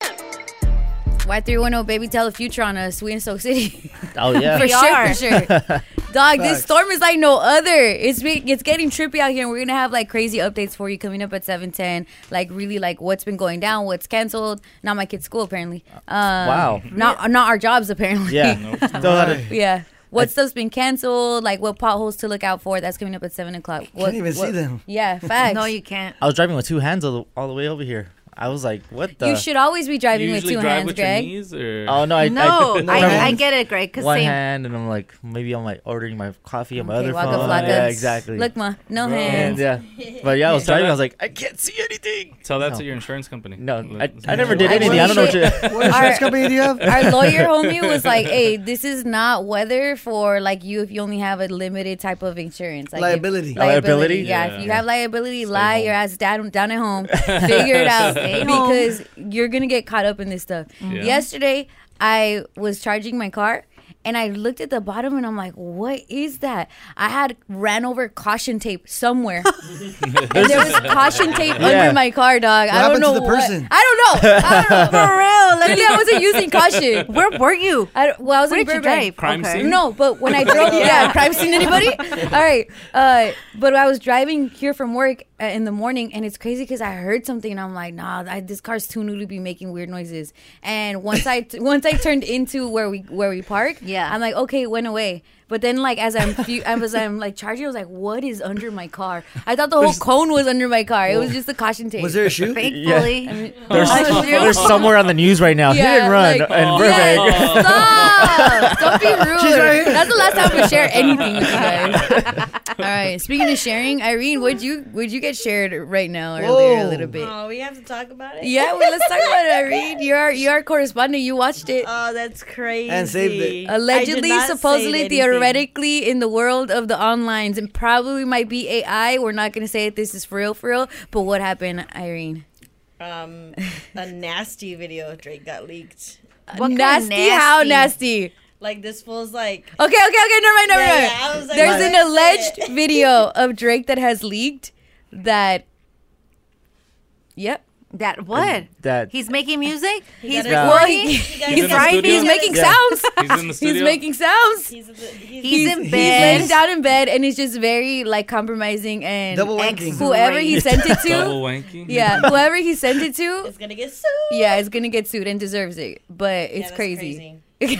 Y310 oh, baby tell the future on us. We in Soak City. Oh yeah. for We sure, for are. sure. Dog, this Facts. storm is like no other. It's be- it's getting trippy out here. and We're gonna have like crazy updates for you coming up at seven ten. Like really, like what's been going down, what's canceled. Not my kid's school apparently. Um, Wow. Not not our jobs apparently. Yeah. Nope. Those are the- yeah. What stuff's been canceled? Like what potholes to look out for? That's coming up at seven o'clock. What, Can't even what- see them. Yeah, facts. No, you can't. I was driving with two hands all the, all the way over here. I was like, what the? You should always be driving you with usually two drive hands, with Greg. your knees or Oh no! I, no, I, I, I, get it, Greg. Because one same. hand, and I'm like, maybe I'm like ordering my coffee on my Okay, other waka phone. flocka. Yeah, exactly. Look, ma, no Bro. and hands. yeah, but yeah, I was So driving. I that- was like, I can't see anything. tell that No. to your insurance company. No, Look, I, I never did I anything. I don't know what you. What insurance company do you have? Our lawyer homie was like, "Hey, this is not weather for like you if you only have a limited type of insurance. Like, if- Liability. liability. Liability? Yeah, if Yeah. you have liability, Stay lie home. your ass down down at home. Figure it out Stay home. because you're gonna get caught up in this stuff. Yeah. Yesterday, I was charging my car. And I looked at the bottom and I'm like, what is that? I had ran over caution tape somewhere. and there was caution tape Yeah. under my car, dog. I don't happened to know the what- person? I don't know. I don't know. For real, Maybe I wasn't using caution. Where were you? I, don't- well, I was Where in did you Burbank. drive? Crime okay. scene? No, but when I drove, yeah. crime scene anybody? All right, uh, but I was driving here from work uh, in the morning, and it's crazy because I heard something, and I'm like, nah, I, this car's too new to be making weird noises. And once I t- once I turned into where we where we park, Yeah. I'm like, okay, it went away. But then, like as I'm few, as I'm like charging, I was like, what is under my car? I thought the whole cone was under my car. It was just the caution tape. Was there a shoot? Thankfully, There's, Oh, shoot. there's somewhere on the news right now. Yeah, Hit and run like- and Oh. Burbank. Yes, stop! Don't be rude. She's right here. That's the last time I'm gonna share anything with you guys. All right. Speaking of sharing, Irene, would you would you get shared right now earlier a Whoa. little bit? Oh, we have to talk about it. Yeah, well, let's talk about it, Irene. You're our, you're our correspondent. You watched it. Oh, that's crazy. And saved it. I did Allegedly, not save supposedly, anything. theoretically, in the world of the onlines, and probably might be AI. We're not gonna say that this is for real, for real. But what happened, Irene? Um, a nasty video of Drake got leaked. What kind of Uh, nasty, How nasty? nasty? Like this fool's like. Okay, okay, okay. Never mind, never Yeah, mind. yeah, I was like, There's what an is alleged it? video of Drake that has leaked that. Yep. that what? That He's making music. He's got a- Well, recording. he- You guys He's in He's the got- writing. studio? he's making Yeah. sounds. He's in the studio. He's making sounds. He's, the- he's, He's in bed. laying down in bed and it's just very like compromising and Double Ex- wanking. whoever he sent it double to. wanky. yeah, whoever he sent it to. He's gonna get sued. Yeah, is gonna get sued and deserves it, but Yeah, it's that's crazy.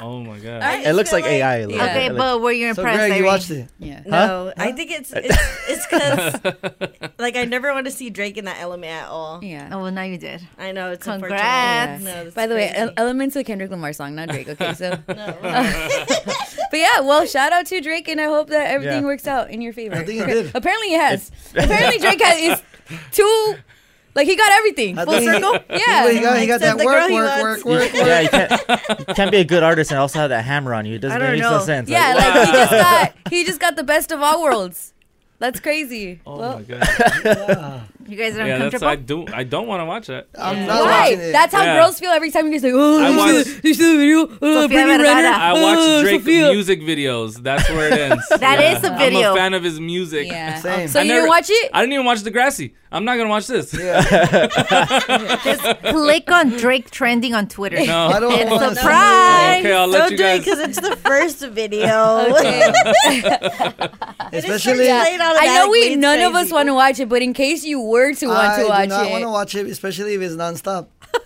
Oh my god. I it just looks feel like AI. a little Yeah. bit. Okay, Like- but were you So impressed? Greg, you Irene? watched it. Yeah. No, I think it's it's because like I never want to see Drake in that element at all. Yeah. Oh well, now you did. I know it's unfortunate. Congrats. No, that's By the way, crazy. El- Element's a Kendrick Lamar song, not Drake. Okay, so No, well, But yeah, well, shout out to Drake, and I hope that everything Yeah. works out in your favor. I think it did. Apparently, it has. Apparently, Drake has is two. Like he got everything I full think he- circle. Well, he Yeah. got, he got Said that the work, girl he work, work, wants. work, work. yeah, you can't, you can't be a good artist and also have that hammer on you. It doesn't I don't make no know. sense. Yeah, Like, like he just got he just got the best of all worlds. That's crazy. Oh well, my god. You guys are Yeah, that's uncomfortable. I do I don't want to watch that. I'm not why? watching it. That's how Yeah. girls feel every time you guys like, oh, I you see watched- the- you see the video, uh, Sofia Brittany Vergara. Renner, I watch uh, Drake Sophia." music videos. That's where it ends. That That is is a video. I'm a fan of his music. Yeah. Same. So I you never- didn't watch it? I didn't even watch Degrassi. I'm not gonna watch this. Just click on Drake trending on Twitter. No. I don't It's want a to- surprise. Okay, I'll let don't you do it guys. because it's the first video. Okay. Especially, Yeah. I Played I know automatically, we it's none of us crazy. want to watch it, but in case you were to want to watch do not it, want to watch it, especially if it's nonstop. how,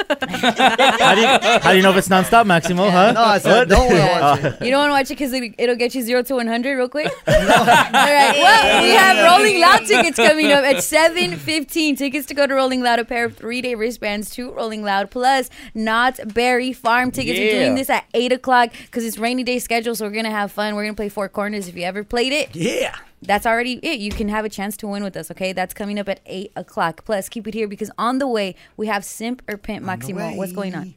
do you, how do you know if it's nonstop, Maximo? Huh? No, I said don't want to Oh. watch it. You don't want to watch it because it, it'll get you zero to one hundred real quick. All right. Well, we have Rolling Loud tickets coming up at seven fifteen. Tickets to go to Rolling Loud, a pair of three day wristbands to Rolling Loud, plus Knott's Berry Farm tickets. We're Yeah. doing this at eight o'clock because it's rainy day schedule, so we're gonna have fun. We're gonna play Four Corners. If you ever played it, Yeah. that's already it. You can have a chance to win with us, okay? That's coming up at 8 o'clock. Plus, keep it here because on the way, we have Simp or Pimp Maximo. way. What's going on?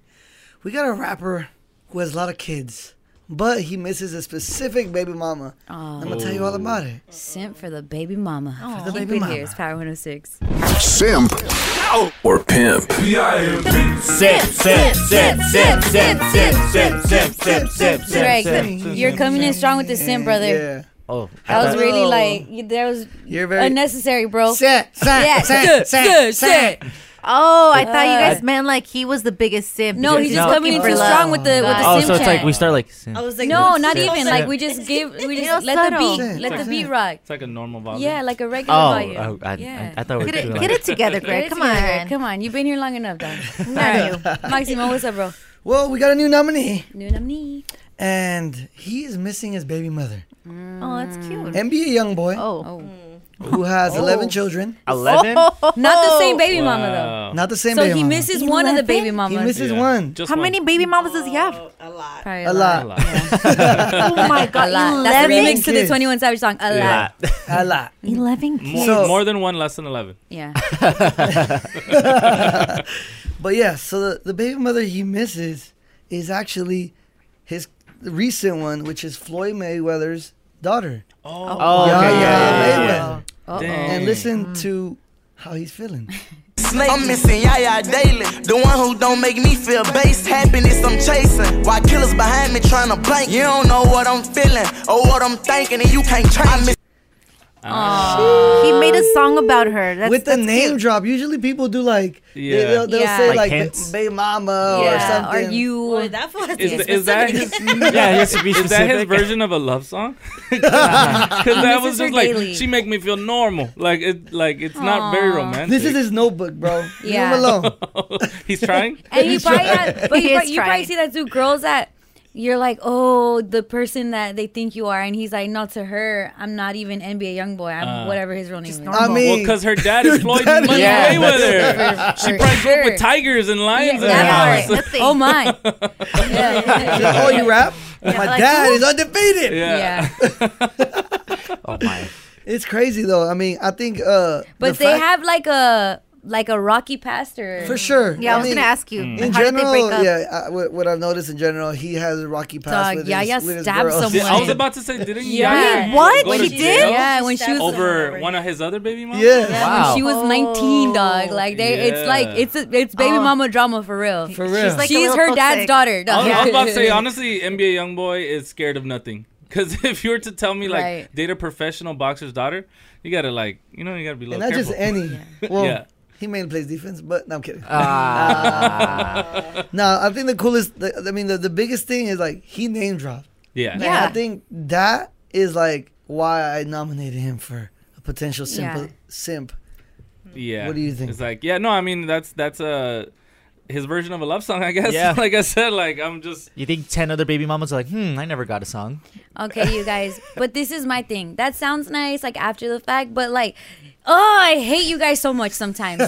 We got a rapper who has a lot of kids, but he misses a specific baby mama. Oh. I'm going to tell you all about it. Simp for the baby mama. the keep baby it mama. here. It's Power 106. Simp or pimp. Sip, sip, sip, sip, sip, sip, sip, sip, sip, sip, Greg, sip. you're coming in strong with the Simp, brother. Yeah. Oh, I That was thought- really Oh. like, you- that was You're very. unnecessary, bro. Set, set, Yeah, set, set, set, set, set. Oh, I thought you guys meant like he was the biggest simp. No, because he's just No. coming in looking too for love. strong with the with the Oh, sim so it's chat. like we start like. I was like, no, "This not is so even. sad." Like we just give, we You know, just let the beat, subtle. let the Like beat that. rock. It's like a normal volume. Yeah, like a regular Oh, volume. oh, I, yeah. I, I thought we were Get doing it, like- get it together, Greg. Get it Come together. on. come on! You've been here long enough, dog. Not Maximo, what's up, bro? Well, we got a new nominee, New nominee. and he is missing his baby mother. Mm. Oh, that's cute. NBA young boy Oh. Oh, who has 11 children. Eleven. not the same baby Wow. mama Not though. the same So baby he mama. misses one of the baby He mamas. misses Yeah. one. Just How one. many baby mamas does he have? Oh, a lot. Probably A A lot. lot. Oh my A god, lot. That's a 11? remix to the kids. 21 Savage song. A lot. Yeah. 11. 11 More, kids. So- more than one, less than eleven. Yeah. But yeah, so the, the baby mother he misses is actually his recent one, which is Floyd Mayweather's daughter. Oh, okay, yeah, yeah, yeah, Mayweather. yeah. Mm. And listen to how he's feeling. I'm missing Yaya daily. The one who don't make me feel base. Happiness I'm chasing. Why killers behind me trying to blank? You don't know what I'm feeling or what I'm thinking, and you can't change. I miss He made a song about her. That's, With the that's name cute. drop, usually people do like, Yeah. they, will they'll Yeah. say Like like, hints? baby mama yeah. or Are something. you? Boy, that was Is, th- is that his, Yeah, it has to be is that his specific. version of a love song? Because that was Misses her just like daily. she make me feel normal. Like it, like it's not very romantic. This is his notebook, bro. Yeah. Leave him alone. He's trying. And you probably, had, but He you, is probably, you probably trying. see that too. Girls that you're like, oh, the person that they think you are, and he's like, no, to her, I'm not even NBA YoungBoy. I'm Uh, whatever his real name is. I mean, Well, because her dad is Floyd dad is- Money Yeah, Mayweather. she Probably grew up with tigers and lions in her that house. part. Oh my. yeah. oh, you rap? My like, dad is undefeated. Yeah. yeah. Oh my. It's crazy though. I mean, I think. uh But the they fact- have like a like a rocky past or for sure. Yeah, I, was mean, gonna ask you. In how general, did they break up? yeah, I, what, what I've noticed in general, he has a rocky past Dog, with yeah, his, yeah, with his stab girls. someone. I was about to say, didn't Yeah. Yaya Wait, what? go to She did? Yeah, jail when she was over one of his other baby moms? Yeah. when Wow. she was 19, dog. Like they, it's like Yeah. it's a, it's baby Oh. mama drama for real. For real. She's like a She's little her dad's toxic. daughter. I dog. was, I was about to say, honestly, NBA YoungBoy is scared of nothing. Because if you were to tell me, like, Right. date a professional boxer's daughter, you gotta, like, you know, you gotta be a and little not careful. just any. Well, Yeah. he mainly plays defense, but no, I'm kidding. Ah. no, I think the coolest, the, I mean, the, the biggest thing is like he name dropped. yeah. And Yeah. I think that is like why I nominated him for a potential simp. Yeah. simp. Yeah. What do you think? It's like, yeah, no, I mean, that's that's uh, his version of a love song, I guess. Yeah. like I said, like I'm just you think ten other baby mamas are like, hmm, I never got a song. Okay, you guys. But this is my thing. That sounds nice, like after the fact, but like, oh, I hate you guys so much sometimes.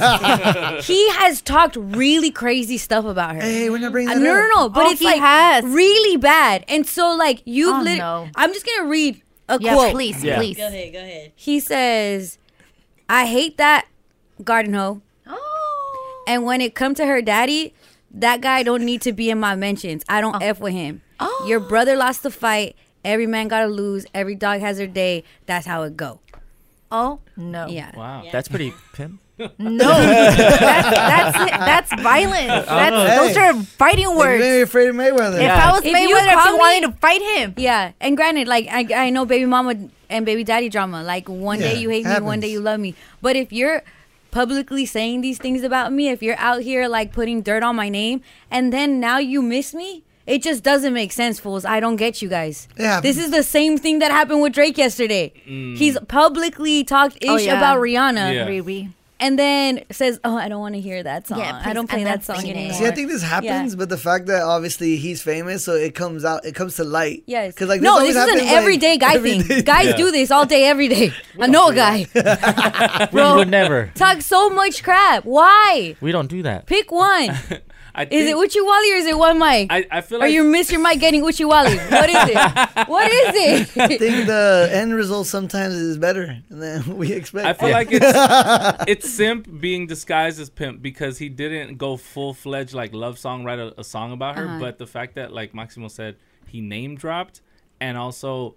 he has talked really crazy stuff about her. Hey, we're not bringing Uh, that no, no, up. no. But Oh, it's he like has. really bad. And so, like, you've Oh, lit- no. I'm just gonna read a Yeah, quote. please, Yeah. please. Go ahead, go ahead. He says, "I hate that garden hoe." Oh. And when it come to her daddy, that guy don't need to be in my mentions. I Oh. don't f with him. Your brother lost the fight. Every man gotta lose. Every dog has their day. That's how it go. Oh no. Yeah. wow. That's pretty pimp. No. that's that's it. that's violence. That's, Hey. Those are fighting Like, words. you're afraid of Mayweather. If I was If you Mayweather, I'd call be me- wanting to fight him. Yeah. And granted, like I, I know baby mama and baby daddy drama. Like one Yeah, day you hate me, one happens. day you love me. But if you're publicly saying these things about me, if you're out here like putting dirt on my name, and then now you miss me. It just doesn't make sense, fools. I don't get you guys. It happens. This is the same thing that happened with Drake yesterday. He's publicly talked ish Oh, yeah. about Rihanna. Yeah. Riri. and then says, "Oh, I don't want to hear that song. Yeah, I don't please, play I'm that not song singing it." anymore." See, I think this happens, Yeah. but the fact that obviously he's famous, so it comes out, it comes to light. Yes. Because like no, this always is an happens, like, everyday guy every thing. day. Guys do this all day, every day. I know a guy We would never. talk so much crap. Why? We don't do that. Pick one. I Is it think- Uchi Wally or is it one mic? I, I feel or like you miss your mic getting Uchi Wally? What is it? What is I it? think the end result sometimes is better than we expect. I feel Yeah. like it's it's simp being disguised as pimp because he didn't go full fledged like love song write a, a song about Uh-huh. her, but the fact that like Maximo said he name dropped and also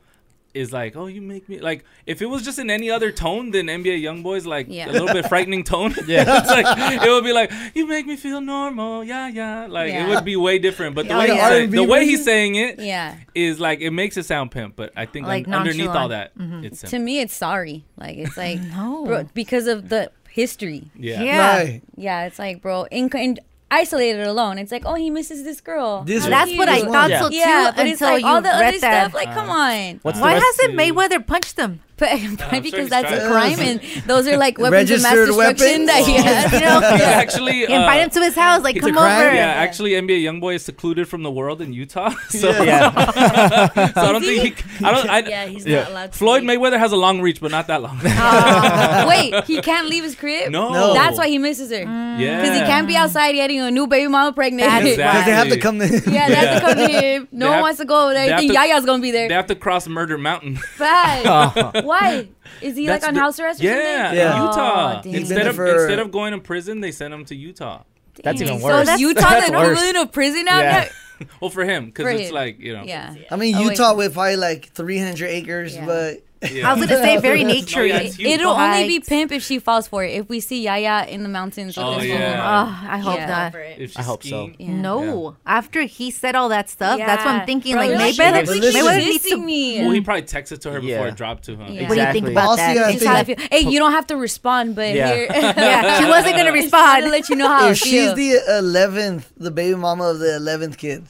is like oh you make me like if it was just in any other tone than NBA YoungBoy's like Yeah. a little bit frightening tone yeah it's like it would be like you make me feel normal yeah yeah like Yeah. it would be way different but the Oh, way yeah. he's saying, R&B the way version? he's saying it is yeah. like it makes it sound pimp but I think Like un- underneath all Mm-hmm. nonchalant. that it's simp. To me, it's sorry. Like it's like No. bro, because of the history. Yeah. Yeah. Right. Yeah, it's like, bro, in, in isolated alone, it's like, oh, he misses this girl. This How That's That's cute. what I thought Yeah. so too Yeah, but it's until like you all the read other that. stuff. Like, come on. Uh, What's the Why rest hasn't of the- Mayweather punched him? But, sure because he's that's a tried. crime, and those are like weapons of mass Uh, Registered destruction that he has. weapons? You know? He's Oh, actually He invite uh, him to his house. Like, it's a come crime? over. Yeah, actually, NBA YoungBoy is secluded from the world in Utah, so, Yeah. so I don't think he. I don't. I, Yeah, he's yeah. not allowed to. Floyd leave. Mayweather has a long reach, but not that Mm. long. Wait, he can't leave his crib. no. No. Mm. that's why he misses her Yeah. because he can't be outside getting a new baby mama pregnant. That's yeah, Because they have to Exactly. come to they have to come to him. No They one have- wants to go over they there. I have think to- Yaya's gonna be They there. have to cross Murder Mountain. Bad. Why? Is he That's like on the- house arrest or yeah, something? Yeah. Oh, Utah. damn. He's been instead of for- instead of going to prison, they sent him to Utah. That's even So worse. is Utah That's then worse. really in a prison now? Yeah. Well, for him, For because it's him. like you know. Yeah. I mean, Oh, wait. Utah with probably like 300 acres, Yeah. but yeah. I was gonna say very nature. yeah, it's huge. It'll only be Right. pimp if she falls for it. If we see Yaya in the mountains with Oh, this yeah. woman. Oh, I hope Yeah. not. Over it. If she's I hope so. skiing. Yeah. No. After he said all that stuff, that's what Yeah. I'm thinking. Bro, like you're Mayweather, she's completely Mayweather needs to. dissing me. Well, he probably texted to her before Yeah. it dropped to him. Yeah. What do you think Exactly. about Bossy, that? I It's how I feel. Hey, you don't have to respond, but Yeah. here. yeah, she Just wasn't gonna wanted to respond. let you know how I if she's feel. the 11th, the baby mama of the 11th kid,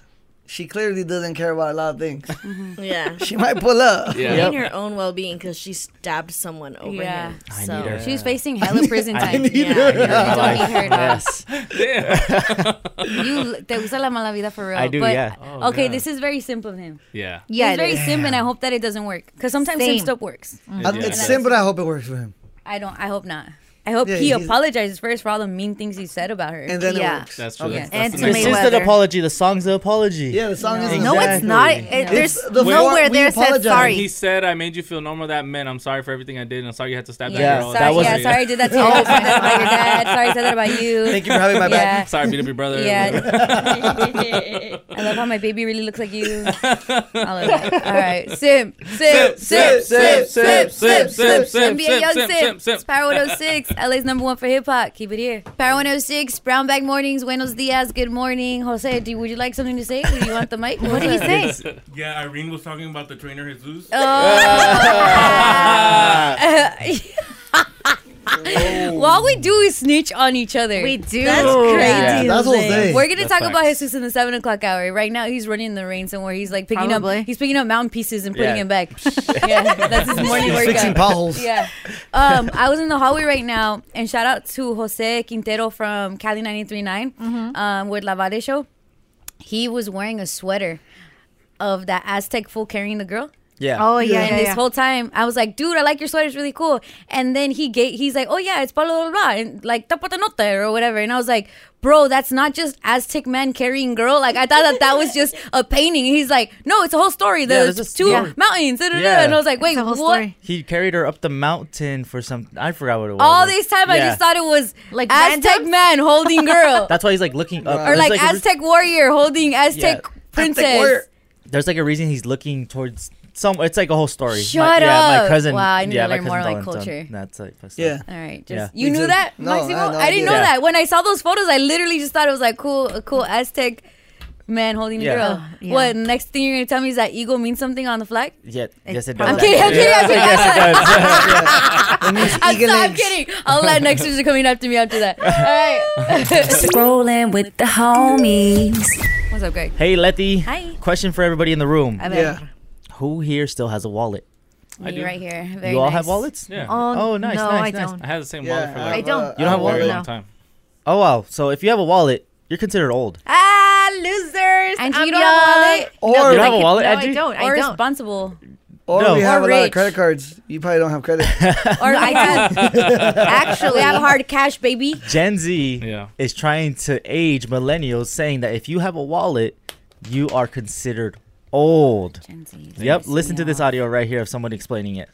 she clearly doesn't care about a lot of things. Mm-hmm. Yeah. she might pull up. Yeah. And her own well being because she stabbed someone over Yeah. him. I So. need her. she was facing hella prison I time. need Yeah, her. you My don't life. need her. dog. Yes. Damn. You te gusta la mala vida for real. I do, But, yeah. Oh, okay, yeah. this is very simple of him. Yeah. Yeah, Yeah, it's it very is. simp, and I hope that it doesn't work. Because sometimes Same. simp stuff works. I- Yeah. It's simple, but I hope it works for him. I don't. I hope not. I hope Yeah, he he's- apologizes first for all the mean things he said about her. And then Yeah. it works. That's true. Okay. That's, And that's to the next This me- is Mayweather. an apology. The song's an apology. Yeah, the song is No, it's not. It- Exactly. There's It's the nowhere fault- there we said apologize. step. sorry. He said, "I made you feel normal. That meant I'm sorry for everything I did, and I'm sorry you had to stab yeah, that girl. sorry, that yeah, wasn't- sorry I did that to you. Sorry I said that about your dad. Sorry I said that about you. Thank you for having my back. yeah. Sorry, beat up your brother. Yeah. I love how my baby really looks like you. All of that. All right. Sim, sim, sim, Sip, sim, sip, sip, sim, sim, sip, sim, sip, sim. sip, NBA Young sip, Sim. sip, sip. It's Power 106, LA's number one for hip hop. Keep it here. Power 106, Brown Bag Mornings, Buenos Dias, good morning. Jose, do, would you like something to say? Do you want the mic? What did he say? uh, Yeah, Irene was talking about the trainer Jesus. Oh. uh, well, all we do is snitch on each other. We do. That's crazy. That's Jose. Jose. We're gonna The talk about facts. Jesus in the seven o'clock hour. Right now, he's running in the rain somewhere. He's like picking Probably. up. He's picking up mountain pieces and putting Yeah. them back. yeah, that's his morning He's workout. fixing potholes. Yeah. Um, I was in the hallway right now, and shout out to Jose Quintero from Cali 939 Mm-hmm. um, with La Vade Show. He was wearing a sweater of that Aztec fool carrying the girl. Yeah. Oh yeah, And yeah, this yeah. whole time, I was like, dude, I like your sweater. It's really cool. And then he gave, he's like, oh, yeah, it's blah, blah, blah, blah. And like, tapota nota or whatever. And I was like, bro, that's not just Aztec man carrying girl. Like, I thought that that was just a painting. And he's like, no, it's a whole story. Yeah, There's there's a two story. mountains. da, da, da." Yeah. And I was like, wait, the whole what? story. He carried her up the mountain for some. I forgot what it was. All this time, I Yeah. just thought it was like Like Uh, Aztec randoms? man holding girl. That's why he's like looking Uh, up. or There's like, a re- Aztec warrior holding Aztec Aztec princess. warrior. There's like a reason he's looking towards some. It's like a whole story. Shut my, Yeah, up. my cousin. Wow, I need yeah, to my learn more, cousin like, told him some- culture. That's like. first Yeah. time. All right, just Yeah. you Me knew too. that, No, I had Maximo. I, no didn't idea. know Yeah. that. When I saw those photos, I literally just thought it was like cool, a cool Aztec man holding Yeah. a girl. Oh, yeah. What next thing you're gonna tell me is that eagle means something on the flag? Yeah. Yes, it does. I'm I'm kidding, I'm actually. kidding, I'm kidding. I'm sorry. It means I'm, eagle sorry, I'm eggs. kidding. All that nexters are coming after me after that. All right. Rolling with the homies. What's up, Greg? Hey, Letty. Hi. Question for everybody in the room. I bet. Yeah. Who here still has a wallet? I Me do. right here. Very you all nice. have wallets? Yeah. Oh, Oh, nice, no, nice, I nice. don't. I had the same Yeah, wallet for I like don't. You don't have a wallet? very No. long time. Oh wow. So if you have a wallet, you're considered old. Ah, losers. And I'm you don't have a young. wallet Or, you don't have a Like, wallet, No, Angie? I or don't. I don't. responsible or No. you have Or a lot rich. of credit cards. You probably don't have credit. or I got Actually, we have hard cash, baby. Gen Z Yeah. is trying to age millennials, saying that if you have a wallet, you are considered old. Gen Z. Yep. Listen to Yeah. this audio right here of someone explaining it.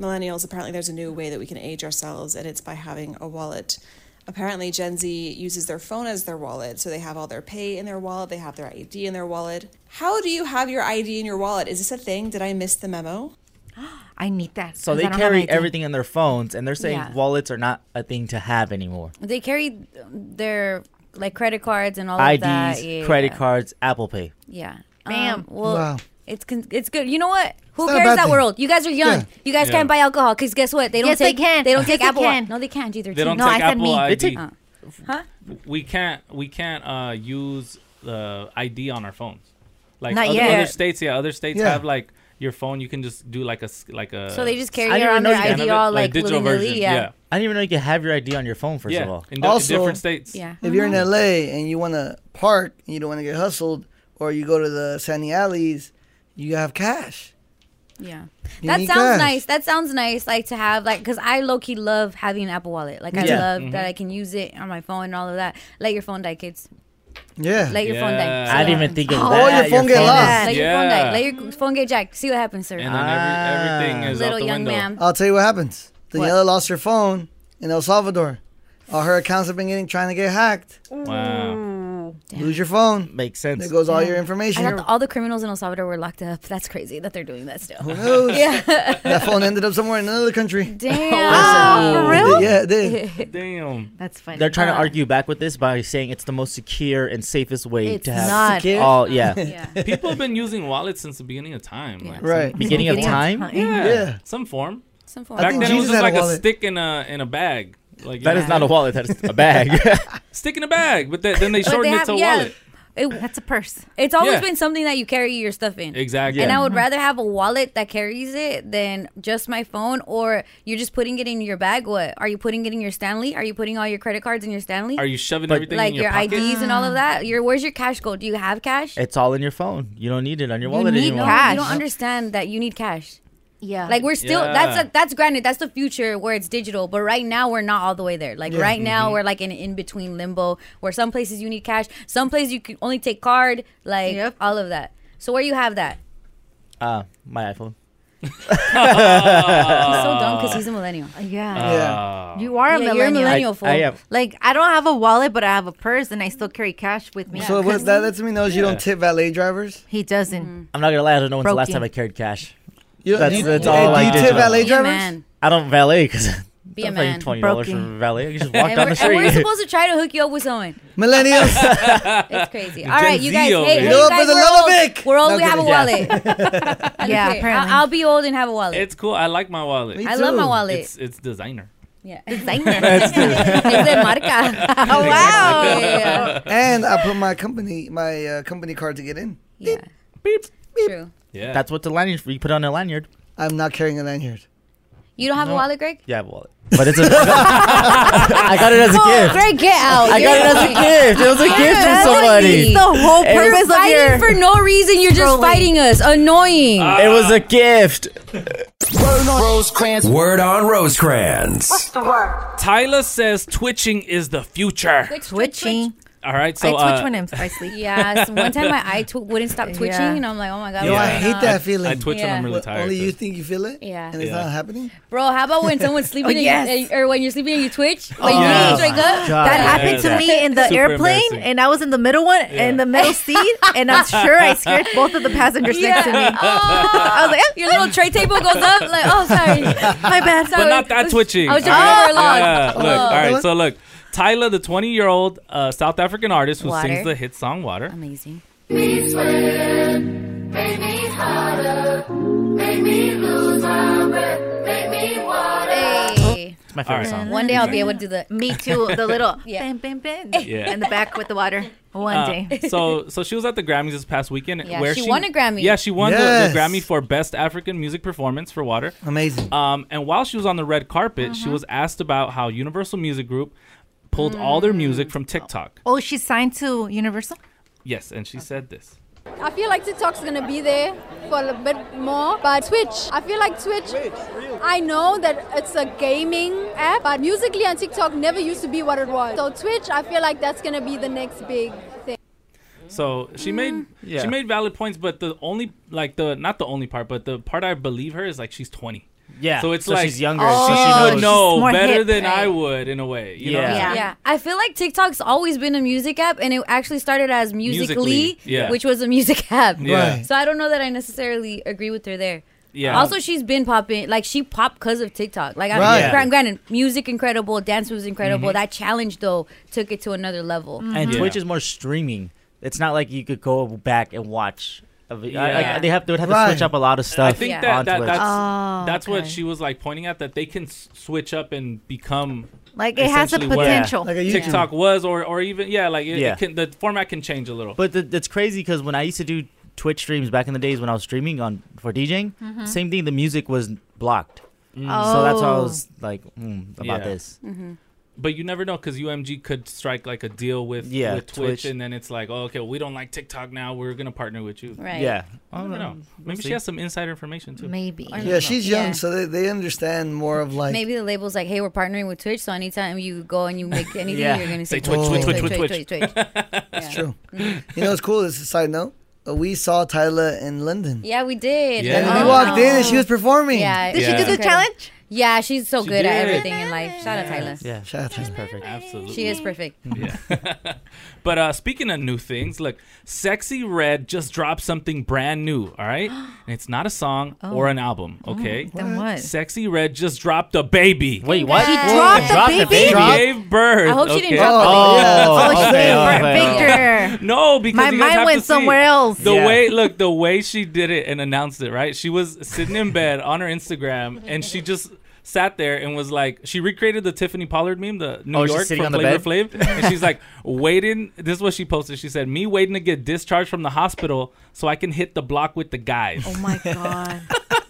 millennials, apparently there's a new way that we can age ourselves, and it's by having a wallet. Apparently, Gen Z uses their phone as their wallet, so they have all their pay in their wallet, they have their ID in their wallet. How do you have your ID in your wallet? Is this a thing? Did I miss the memo? I need that. So 'cause I they don't have an carry idea. everything in their phones, and they're saying Yeah. wallets are not a thing to have anymore. They carry their like credit cards and all of IDs, that. Yeah, credit yeah. cards, Apple Pay. Yeah. Bam. Um, well, Wow. It's con- it's good. You know what? Who not a cares bad that thing. we're old? You guys are young. Yeah. You guys Yeah. can't buy alcohol because guess what? They don't Yes, they take can. They don't Yes, take they Apple. can. No, they can't. G13. They don't no, take I said Apple me. ID. They take- Uh, huh? we can't we can't uh, use the ID on our phones. Like Not other, yet. other states, yeah, other states Yeah. have like your phone. You can just do like a s- like a. So they just carry I it didn't around know their you could ID have it, all like like digital willy-nilly, version, Yeah. yeah. I didn't even know you could have your ID on your phone. First of Yeah, all, in di- Also- different states. Yeah. If you're in LA and you want to park and you don't want to get hustled, or you go to the sandy alleys, you have cash. Yeah. You That need sounds cash. nice. That sounds nice. Like to have like because I low key love having an Apple Wallet. Like I Yeah. love Mhm. that I can use it on my phone and all of that. Let your phone die, kids. Yeah. Let your phone die. I didn't even think of Oh, that. your phone get lost. Let your phone die. Let your phone get jacked. See what happens, sir. And then every, everything is Little out the young window. ma'am. I'll tell you what happens. Daniela lost her phone in El Salvador. All her accounts have been getting trying to get hacked. Wow. Lose your phone. Makes sense. There goes all Yeah. your information. I thought all the criminals in El Salvador were locked up. That's crazy that they're doing that still. Who knows? Yeah. that phone ended up somewhere in another country. Damn. Oh, for real? Yeah, it did. Damn. That's funny. They're trying to argue back with this by saying it's the most secure and safest way It's to have not. Secure? all. Oh, Yeah. People have been using wallets since the beginning of time. Like, Right. some- Beginning of some- time? Yeah. Yeah. Some form. Some form. I Back think then it was Jesus just had a like a, wallet. stick in a in a bag. Like That is not a wallet. That is a bag. stick in a bag, but th- then they But shortened it to yeah, wallet. it- that's a purse. It's always Yeah. been something that you carry your stuff in. Exactly. And I would Mhm. rather have a wallet that carries it than just my phone, or you're just putting it in your bag. What are you putting it in your Stanley? Are you putting all your credit cards in your Stanley? Are you shoving But- everything like in your, pocket? IDs and all of that? Your where's your cash go? Do you have cash? It's all in your phone. You don't need it on your wallet you need anymore. cash. Oh, You don't understand that you need cash. Yeah. Like we're still that's Yeah. a, that's granted that's the future where it's digital, but right now we're not all the way there. Like Yeah. right now Mm-hmm. Mhm. we're like in in between limbo where some places you need cash, some places you can only take card, like all of that. So where you have that? Ah, my iPhone. he's He's so so dumb because he's a millennial. Yeah. Yeah. You are Yeah, a millennial. you're a millennial, I- fool. I am. Like I don't have a wallet, but I have a purse, and I still carry cash with me. So what that lets me know is you Yeah. don't tip valet drivers. He doesn't. Mm-hmm. I'm not gonna lie. I don't know when's the Broke last you. time I carried cash. You- that's you- that's hey, all do I you did. tip valet Be a drivers? man. I don't valet because Be a I'm man. paying twenty dollars Broke for you. valet. I can just And walk down we're- the and we're street. supposed to try to hook you up with someone. Millennials. it's crazy. All right, you guys. Z over here. Hey, hey, You know you what, guys, for the we're love of old. Vic. We're old. No we have a kidding. Yeah. wallet. Yeah, Okay, apparently. I'll, I'll be old and have a wallet. It's cool. I like my wallet. Me I love my too. wallet. It's, it's designer. yeah, designer. it's de marca. Oh, wow. Yeah. And I put my company my uh, company card to get in. Yeah. Beep. True. Yeah. That's what the lanyard. You put on a lanyard. I'm not carrying a lanyard. You don't have a No. wallet, Greg? Yeah, I have a wallet. But it's a. I got it as a Oh, gift. Greg, get out. I got it as a gift. It was a Yeah, gift from that's somebody. the whole It was- purpose of fighting your- for no reason. You're just fighting us. Annoying. Uh, It was a gift. Word on Rosecrans. the word? Tyler says twitching is the future. Twitching. All right, so I twitch uh, when I'm I sleep. Yeah, so one time my eye tw- wouldn't stop twitching, and I'm like, oh my god. Yo, what's I going hate on? that feeling. I twitch when I'm really What, tired, Only so- you think you feel it, Yeah. and it's Yeah. not happening. Bro, how about when someone's sleeping Oh, and yes. you, or when you're sleeping and you twitch? When Oh, you yes. wake up? God. That Yeah, happened to yeah. me in the Super airplane, embarrassing. and I was in the middle one, in the middle seat, and I'm sure I scared both of the passengers next to me. Yeah. Oh. I was like, eh, your little tray table goes up. Like, oh, sorry, my bad. but not that twitching. I was all jumping right? over a log. Yeah, Oh. look, all right. So look, Tyler, the 20 year old uh, South African artist who Water. sings the hit song "Water." Amazing. Hey. It's my favorite song. One day I'll be able to do the. Me too. The little Yeah. bam, bam, bam, Yeah. in the back with the water. One day. Uh, so so she was at the Grammys this past weekend. Yeah, where she won a Grammy. Yeah, she won the- Yes. the, Grammy for Best African Music Performance for Water. Amazing. Um, and while she was on the red carpet, Uh-huh. she was asked about how Universal Music Group pulled all their music from TikTok. Oh, she's signed to Universal. Yes, and she said this. I feel like TikTok's gonna be there for a bit more, but Twitch, I feel like Twitch, I know that it's a gaming app, but musically on TikTok never used to be what it was. So Twitch, I feel like that's gonna be the next big thing. So she Mm. made Yeah. she made valid points, but the only like the not the only part, but the part I believe her is like she's twenty. Yeah, so it's so like she's younger, She so Oh, she knows. should know She's more better hip, than right? I would in a way. You know? Yeah. Yeah. I feel like TikTok's always been a music app, and it actually started as Musically, Musical.ly, yeah. which was a music app. Yeah. Right. So I don't know that I necessarily agree with her there. Yeah. Also, she's been popping. Like she popped because of TikTok. Like, I Right. mean, gran- granted, music incredible, dance was incredible. Mhm. That challenge though took Mm-hmm. it to another level. And Twitch is more streaming. It's not like you could go back and watch of it. I- I- Yeah. they have they would have to switch up a lot of stuff. I think on that, that Twitch. that's Oh, that's what she was like pointing out that they can s- switch up and become Like, it has the essentially what potential. Like a YouTube. TikTok was or or even yeah like it, it Yeah. can, the format can change a little. But th- that's crazy because when I used to do Twitch streams back in the days when I was streaming on for DJing, Mm-hmm. Mhm. same thing. The music was blocked, Mm. so that's why I Oh. was like mm, about Yeah. this. But you never know because UMG could strike like a deal with, Yeah, with Twitch, Twitch. and then it's like, oh, okay, we don't like TikTok now. We're gonna partner with you. Right. Yeah. I don't know. Maybe she see. has some insider information too. Hmm. Maybe. I don't yeah, know. she's young, so they, they understand more of like Maybe the label's like, "Hey, we're partnering with Twitch, so anytime you go and you make anything, Yeah. you're gonna Say say Twitch, Twitch, Twitch, Twitch, Twitch, Twitch." It's true. you know, it's cool. It's a side note. Uh, we saw Tyla in London. Yeah, we did. Yeah. And we walked in and she was performing. Yeah. Did she do the incredible. challenge? Yeah, she's so She good at did. everything in life. Shout out Tyla. Yeah, she's perfect. Absolutely. She is perfect. Yeah. but uh, speaking of new things, look, Sexy Red just dropped something brand new, all right? And it's not a song Oh. or an album, okay? then what? Sexy Red just dropped a baby. Wait, what? He Whoa. dropped a Dropped a baby? baby? She gave birth. I hope she didn't okay? drop the Oh, baby. yeah. Oh, Okay, shit. okay, Victor. no, because My you guys mind have to went see somewhere else. The Yeah. way, look, the way she did it and announced it, right? She was sitting in bed on her Instagram, and she just sat there and was like, she recreated the Tiffany Pollard meme, the New Oh, she's York sitting from on the Flavor bed? Flav, and she's like, waiting. This is what she posted. She said, "Me waiting to get discharged from the hospital so I can hit the block with the guys." Oh my god!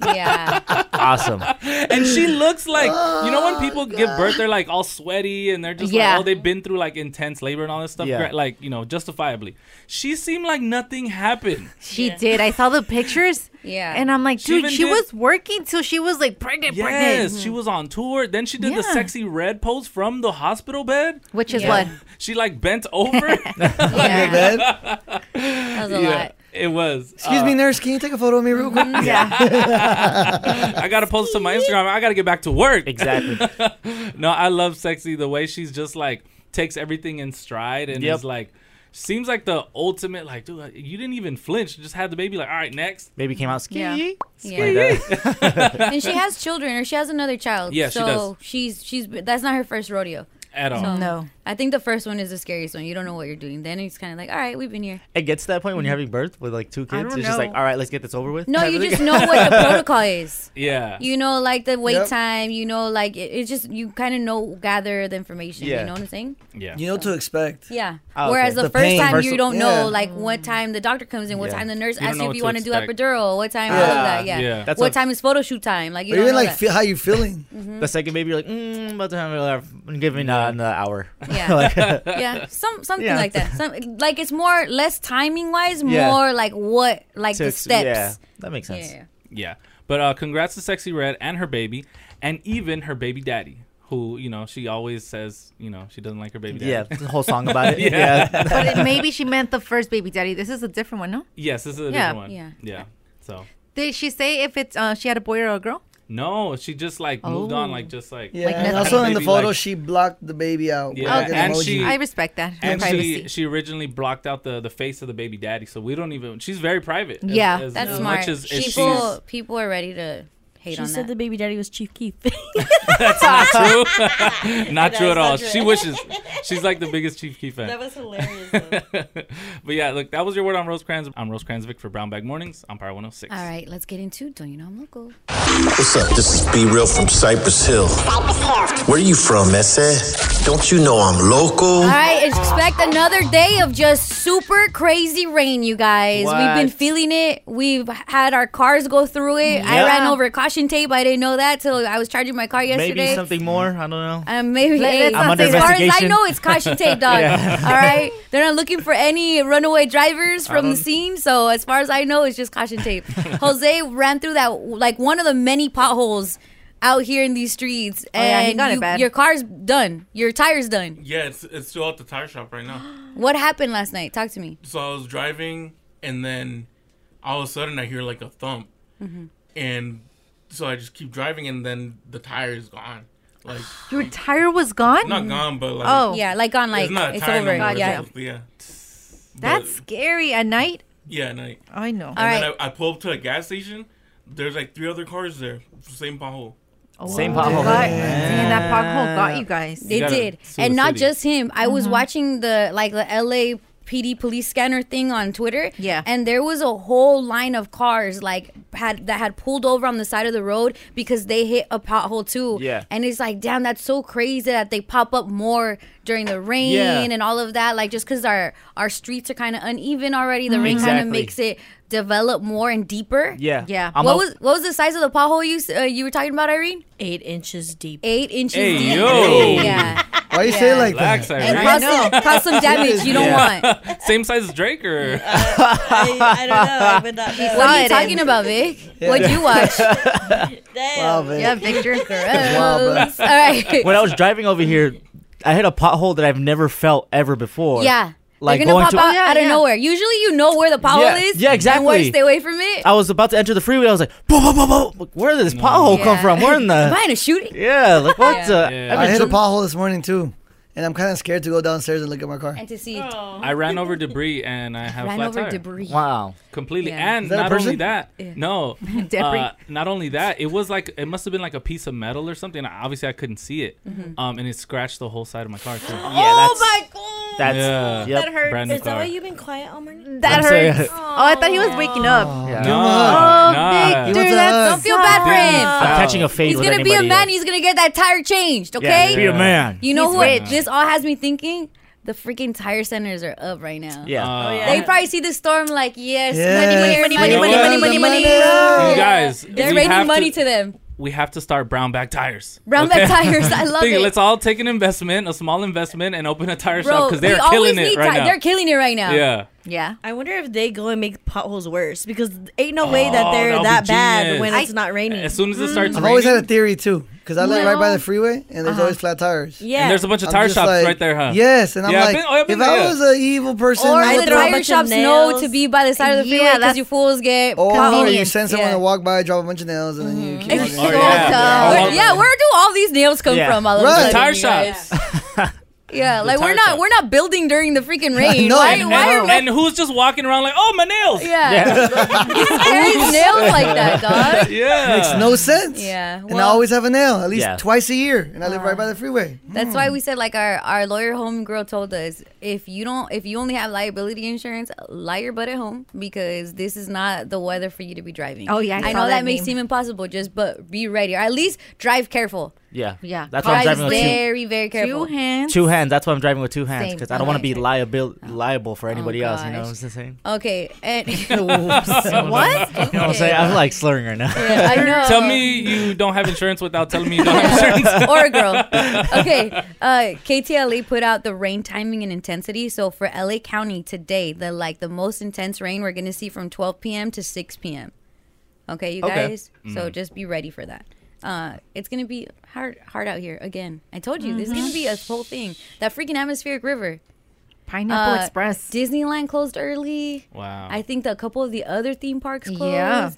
yeah. Awesome. and she looks like you know Oh, when people give birth, they're like all sweaty and they're just Yeah. like, oh, they've been through like intense labor and all this stuff, Yeah. gra- like you know, justifiably. She seemed like nothing happened. She did. I saw the pictures. Yeah. And I'm like, She dude, even she did- was working till she was like pregnant, Yes, pregnant. she was on tour. Then she did the Yeah. sexy red pose from the hospital bed, Which is Yeah. what? she like bent over. That was a lot. It was. Excuse Uh, me, nurse. Can you take a photo of me real quick? Mm-hmm. I gotta post to my Instagram. I gotta get back to work. Exactly. no, I love sexy the way she's just like takes everything in stride and Yep. is like seems like the ultimate like dude you didn't even flinch just had the baby like all right next Baby came out ski. Yeah. Like that. and she has children, or she has another child. Yeah, she so she's she's that's not her first rodeo At all. Mm-hmm. So No. I think the first one is the scariest one. You don't know what you're doing. Then it's kind of like, all right, we've been here. It gets to that point when you're having birth with like two I kids. don't It's just like, know. all right, let's get this over with. No, type you of thing. just know what the protocol is. Yeah. You know, like the wait Yep. time. You know, like it, it's just you kind of know gather the information. Yeah. You know what I'm saying? Yeah. Ah, You know what to expect. Yeah. Oh, Whereas okay. the, The first pain. time First- you don't yeah. know like what time the doctor comes in, what Yeah. time the nurse You don't asks know you if what you to want to do expect. epidural, what time all Yeah. of that, yeah. Yeah. That's What what- time is photo shoot time? Like you Or don't even know like that. feel how you're feeling. Mhm. The second baby, you're like, mm, about to have another- give me uh, another hour. Yeah. Like- yeah, some something Yeah. like that. Some, like it's more less timing wise, Yeah. more like what like To the ex- steps. yeah. That makes sense. Yeah. yeah but uh congrats to sexy red and her baby and even her baby daddy who you know she always says you know she doesn't like her baby daddy Yeah, the whole song about it. Yeah. But it, maybe she meant the first baby daddy. This is a different one, no? yes this is a Yeah, different one yeah. yeah so Did she say if it's uh, she had a boy or a girl? no she just like moved on Oh. like just like Yeah. and also in the Baby, photo, like- she blocked the baby out. with, Yeah, like, an and emoji. she. I respect that. Her And she, privacy. she originally blocked out the, the face of the baby daddy, so we don't even. She's very private. as- Yeah, as- that's as smart. much as- as she's- people people are ready to hate She on said that. the baby daddy was Chief Keef. that's not true. not That's true at not all. true. She wishes. She's like the biggest Chief Key fan. That was hilarious, but yeah, look, that was your word on Rosecrans. I'm Rosecransvic for Brown Bag Mornings. I'm oh Power 106. All right, let's get into Don't You Know I'm Local. What's up? This is Be Real from Cypress Hill. Where you from, Messe? Don't you know I'm local? All right, expect another day of just super crazy rain, you guys. We've been What? feeling it. We've had our cars go through it. I Yeah. ran over caution tape. I didn't know that till I was charging my car yesterday. Maybe something more. I don't know. Um, maybe Let- hey, let's I'm not under say as that. far as I investigation. know, it's caution tape, dog. Yeah. All right, they're not looking for any runaway drivers I from the don't- scene. So as far as I know, it's just caution tape. Jose ran through that like one of the many potholes out here in these streets, Oh, yeah, he and got it you- bad. your car's done, your tires done. Yeah, it's it's still at the tire shop right now. What happened last night? Talk to me. So I was driving, and then all of a sudden I hear like a thump, Mm-hmm. Mhm. and so I just keep driving, and then the tire is gone. Like Your tire was gone. not gone, but like oh Yeah, like gone, like, not a it's tire over. no more, Yeah. just- yeah, that's scary at night. yeah. And I, I know. And All then right. I, I pull up to a gas station. There's like three other cars there, same pothole. Same wow. pothole. Oh, Got- Man, that Oh, Uh, pothole got you guys. They did, and not just him. I was watching the like the LA PD police scanner thing on Twitter. Yeah. And there was a whole line of cars like had that had pulled over on the side of the road because they hit a pothole too. Yeah. And it's like, damn, that's so crazy that they pop up more during the rain Yeah. and all of that. Like just because our our streets are kind of uneven already, the Mhm. rain kind of Exactly. makes it develop more and deeper. Yeah. Yeah. I'm What a- was what was the size of the pothole you s- uh, you were talking about, Irene? Eight inches deep. Eight inches Hey, deep. yo. Yeah. Why you say it like that? Relax, Irene. Cause some, cause some damage you don't want. want. Same size as Drake or? I don't know. I would not know. What are you talking about, Vic? What'd you watch? Damn. Yeah, Victor and Wow, All right. when I was driving over here, I hit a pothole that I've never felt ever before. Yeah. Like They're gonna going pop to. Oh, out out of nowhere. Usually you know where the pothole Yeah, is. yeah, And where to exactly. stay away from it. I was about to enter the freeway. I was like, boom, boom, boom, boom. Like, Where did this pothole come Yeah. from? Where in Am the? I in a shooting? Yeah, like what? The, I hit a dri- pothole this morning too, and I'm kind of scared to go downstairs and look at my car. And to see. I ran over debris and I have Ran flat over tire. debris. Wow. Completely. Yeah. And Is that a not only person? that, Yeah. no. Debris. uh, not only that, it was like it must have been like a piece of metal or something. Obviously, I couldn't see it. Mhm. Um, and it scratched the whole side of my car. Too. oh my god. That's yep. That hurts. Brand new Is that car. why you've been quiet all morning? That I'm sorry. hurts. Oh, I thought he was waking up. Yeah. no. No, Oh, Victor, He wants a that's, don't hug. feel bad for Big him. I'm catching a fade He's with gonna be a anybody man. else. He's gonna get that tire changed. Yeah, Okay. be a man. You know He's what? rich. This all has me thinking. The freaking tire centers are up right now. Yeah. Oh, yeah. They probably see the storm like, yes, Yes. money, money, You money, know money, what? money, money, money, money. You guys, they're we raising have money to them. We have to start brown bag tires. Brown bag tires, I love Think, it. Let's all take an investment, a small investment, and open a tire Bro, shop because we they're always killing need it right ti- now. They're killing it right now. Yeah. Yeah. I wonder if they go and make potholes worse because ain't no way that they're Oh, that'll be that bad genius. when I- it's not raining. As soon as it starts I've always had raining, a theory too, because I live right by the freeway and there's Uh-huh. always flat tires. Yeah. And there's a bunch of I'm tire just shops like, right there, huh? Yes, and I'm Yeah, I've like, been- oh, I've been if I there. was an evil person, Or I the would throw a tire bunch of shops nails. Oh, know to be by the side of the freeway because you fools get Or caught in you it. send someone Yeah. to walk by, drop a bunch of nails, and then you keep walking. Oh, yeah. Where, yeah, where do all these nails come Yeah. from? All of Right. a sudden, Tire you guys? Yeah, The like we're tire not shop. we're not building during the freaking rain. No, why, and, why are and, and who's just walking around like, oh, my nails? Yeah. carrying nails like that, dog? yeah. Makes no sense. Yeah, and I well- Uh-huh. always have a nail, at least Yeah. twice a year, and I live right by the freeway. That's why we said like our our lawyer homegirl told us if you don't if you only have liability insurance, lie your butt at home because this is not the weather for you to be driving. Oh, yeah, I I, saw know that, that may meme. seem impossible, just but be ready or at least drive careful. Yeah. Yeah, That's why I'm drive driving with two, very very careful. Two hands. two hands. That's why I'm driving with two hands Same. because I don't want to Okay. Oh. be liable liable for anybody else. You know what I'm saying? Okay, and what? You know what I'm saying? I'm like slurring right now. Yeah, I know. Tell me you don't have insurance without telling me you don't have insurance. or a girl. Okay, uh, KTLA put out the rain timing and intensity. So for LA County today, the like the most intense rain we're gonna see from 12 p.m. to 6 p.m. Okay, you Okay. guys. So Mm. just be ready for that. Uh, it's gonna be hard, hard out here again. I told you this is gonna be a Mm-hmm. whole thing. That freaking atmospheric river. Uh, Pineapple Express. Disneyland closed early. Wow. I think that a couple of the other theme parks closed. Yeah.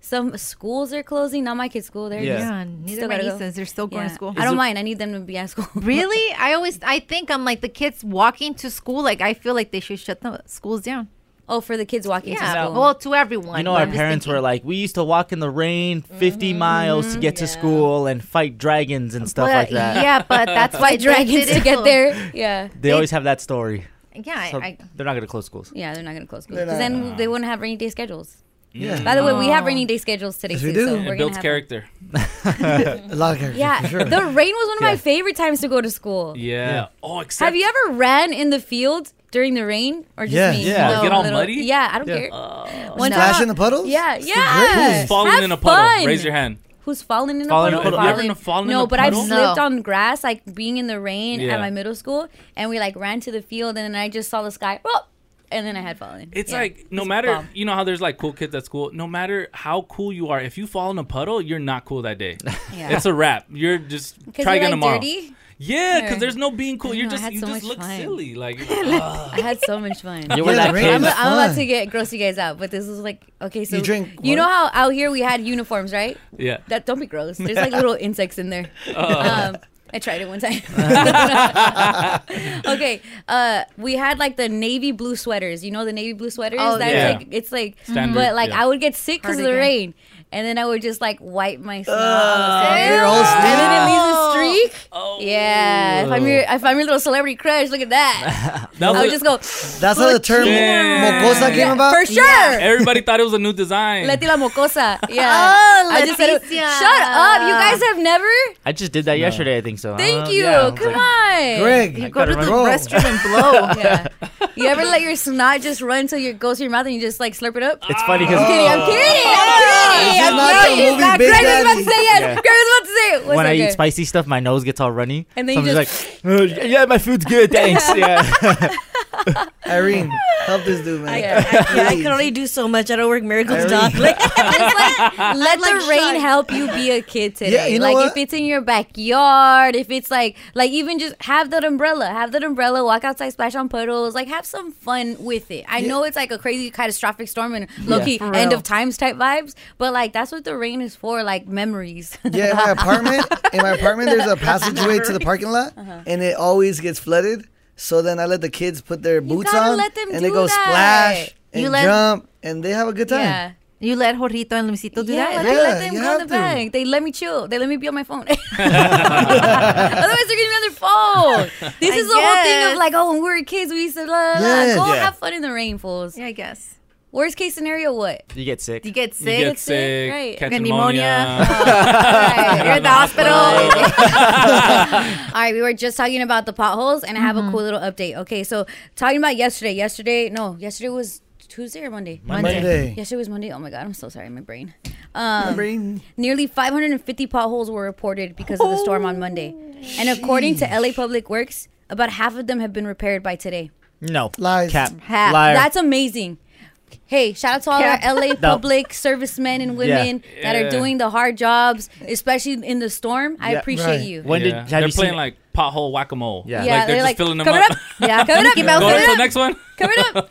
Some schools are closing. Not my kids' school. They're Yeah. just Yeah, neither still my gotta go. nieces. They're still going to school. I Is don't it- mind. I need them to be at school. Really? I always I think I'm like the kids walking to school. Like I feel like they should shut the schools down. Oh, for the kids walking yeah. to school. Well, to everyone. You know, but our I'm just parents were like, we used to walk in the rain 50 Mm-hmm. miles to get to school and fight dragons and stuff But- like that. yeah, but that's why Fight they dragons did it to get so- there. Yeah. They always have that story. Yeah, I- So I- they're not going to close schools. Yeah, they're not gonna close school They're because not- then they wouldn't have rainy day schedules. Yeah. By the way, we have Oh. rainy day schedules today Yes, too. we do. So It we're gonna builds have- character. a lot of characters. Yeah, for sure. the rain was one of my Yeah. favorite times to go to school. Yeah. Oh, except Have you ever ran in the field during the rain or just Yes. me? Yeah. Like, get all little- muddy? Yeah, I don't Yeah. care. Splash in the puddles? Yeah, Who's yeah. falling Have in a puddle? fun. Raise your hand. Who's fallen in a Fallen puddle? in a puddle. You ever fallen in no, a but puddle? I've slipped No. on grass, like being in the rain Yeah. at my middle school, and we like ran to the field, and then I just saw the sky, oh, and then I had fallen. It's Yeah. like no It's matter bomb. you know how there's like cool kids at school. No matter how cool you are, if you fall in a puddle, you're not cool that day. Yeah. It's a wrap. You're just 'Cause try you're, again like, tomorrow. dirty? Yeah, Or- because there's no being cool. I You're know, I just had you so just much look fun. silly. Like I had so much fun. You were Yeah, that the rain kid. I'm, was I'm about fun. to get gross you guys out, but this is like okay. So You drink You what? know how out here we had uniforms, right? Yeah. That don't be gross. There's like little insects in there. Oh. Um, I tried it one time. okay, uh, we had like the navy blue sweaters. You know the navy blue sweaters. Oh, That's yeah. like it's like, Standard, but like yeah. I would get sick because of the Cardigan. rain. and then I would just like wipe my Ah, snot on the your whole side. and then it leaves a sneak? streak. Oh. Yeah, if I'm your if I'm your little celebrity crush, look at that. That I would was- just go. That's how the term Yeah. mocosa came Yeah, about. for sure. Everybody thought it was a new design. Leti la mocosa. Yeah. Oh, I just said it- Leticia. Shut up. You guys have never? I just did that yesterday, I think so. Thank Uh, you. yeah. Come on. Greg, You I go gotta to the roll. restroom and blow. yeah. You ever let your snot just run till it goes to your mouth and you just like slurp it up? It's funny Oh. because I'm kidding. I'm kidding. I'm Oh. This kidding. is I'm not kidding. the movie Not- Big Greg was about to Daddy. say yes. Yeah. Greg was about to say it. What's when that, I eat Greg? spicy stuff, my nose gets all runny. And then so you I'm just like, "Uh, yeah, my food's good, thanks. yeah. Irene, help this dude, man. I, I, yeah, I can only do so much. I don't work miracles, dog. Like, Let the rain help you be a kid today. Yeah, you know like what? if it's in your backyard, if it's like like even just have that umbrella, have that umbrella, walk outside, splash on puddles, like have some fun with it. I know it's like a crazy catastrophic storm and low key For end real. of times type vibes, but like that's what the rain is for, like memories. Yeah, in my apartment, in my apartment, there's a passageway to the parking lot, Uh-huh. and it always gets flooded. So then I let the kids put their boots gotta on, let them and they do go that. splash and You let- jump, and they have a good time. You let Jorrito and Luisito do yeah, that? Like, I let them go in the bank. They let me chill. They let me be on my phone. Otherwise, they're getting another phone. This I is the whole thing guess. of like, oh, when we were kids, we used to la, la, la. Yes. go Yeah. have fun in the rain, fools. Yeah, I guess. Worst case scenario, what? you get sick. You get You sick. get sick, Right. catch Get pneumonia. right. You're at the hospital. hospital. All right, we were just talking about the potholes, and I have a cool little update. Okay, so talking about yesterday. Yesterday, no, yesterday was Tuesday or Monday? Monday. Monday. Yesterday was Monday. Oh my God, I'm so sorry. My brain. My Um, Nearly 550 potholes were reported because of the storm on Monday. And according to LA Public Works, about half of them have been repaired by today. No. Lies. Cap. Half. Liar. That's amazing. Hey, shout out to all our LA No. public servicemen and women Yeah. that Yeah. are doing the hard jobs, especially in the storm. I Yeah. appreciate you. When did- Yeah. have they're you seen playing it? like pothole whack a mole? Yeah. Yeah, like they're, they're just like, filling them "Cover up. it up." Yeah, cover it up. Mickey Mouse, Go Go to to the the next one.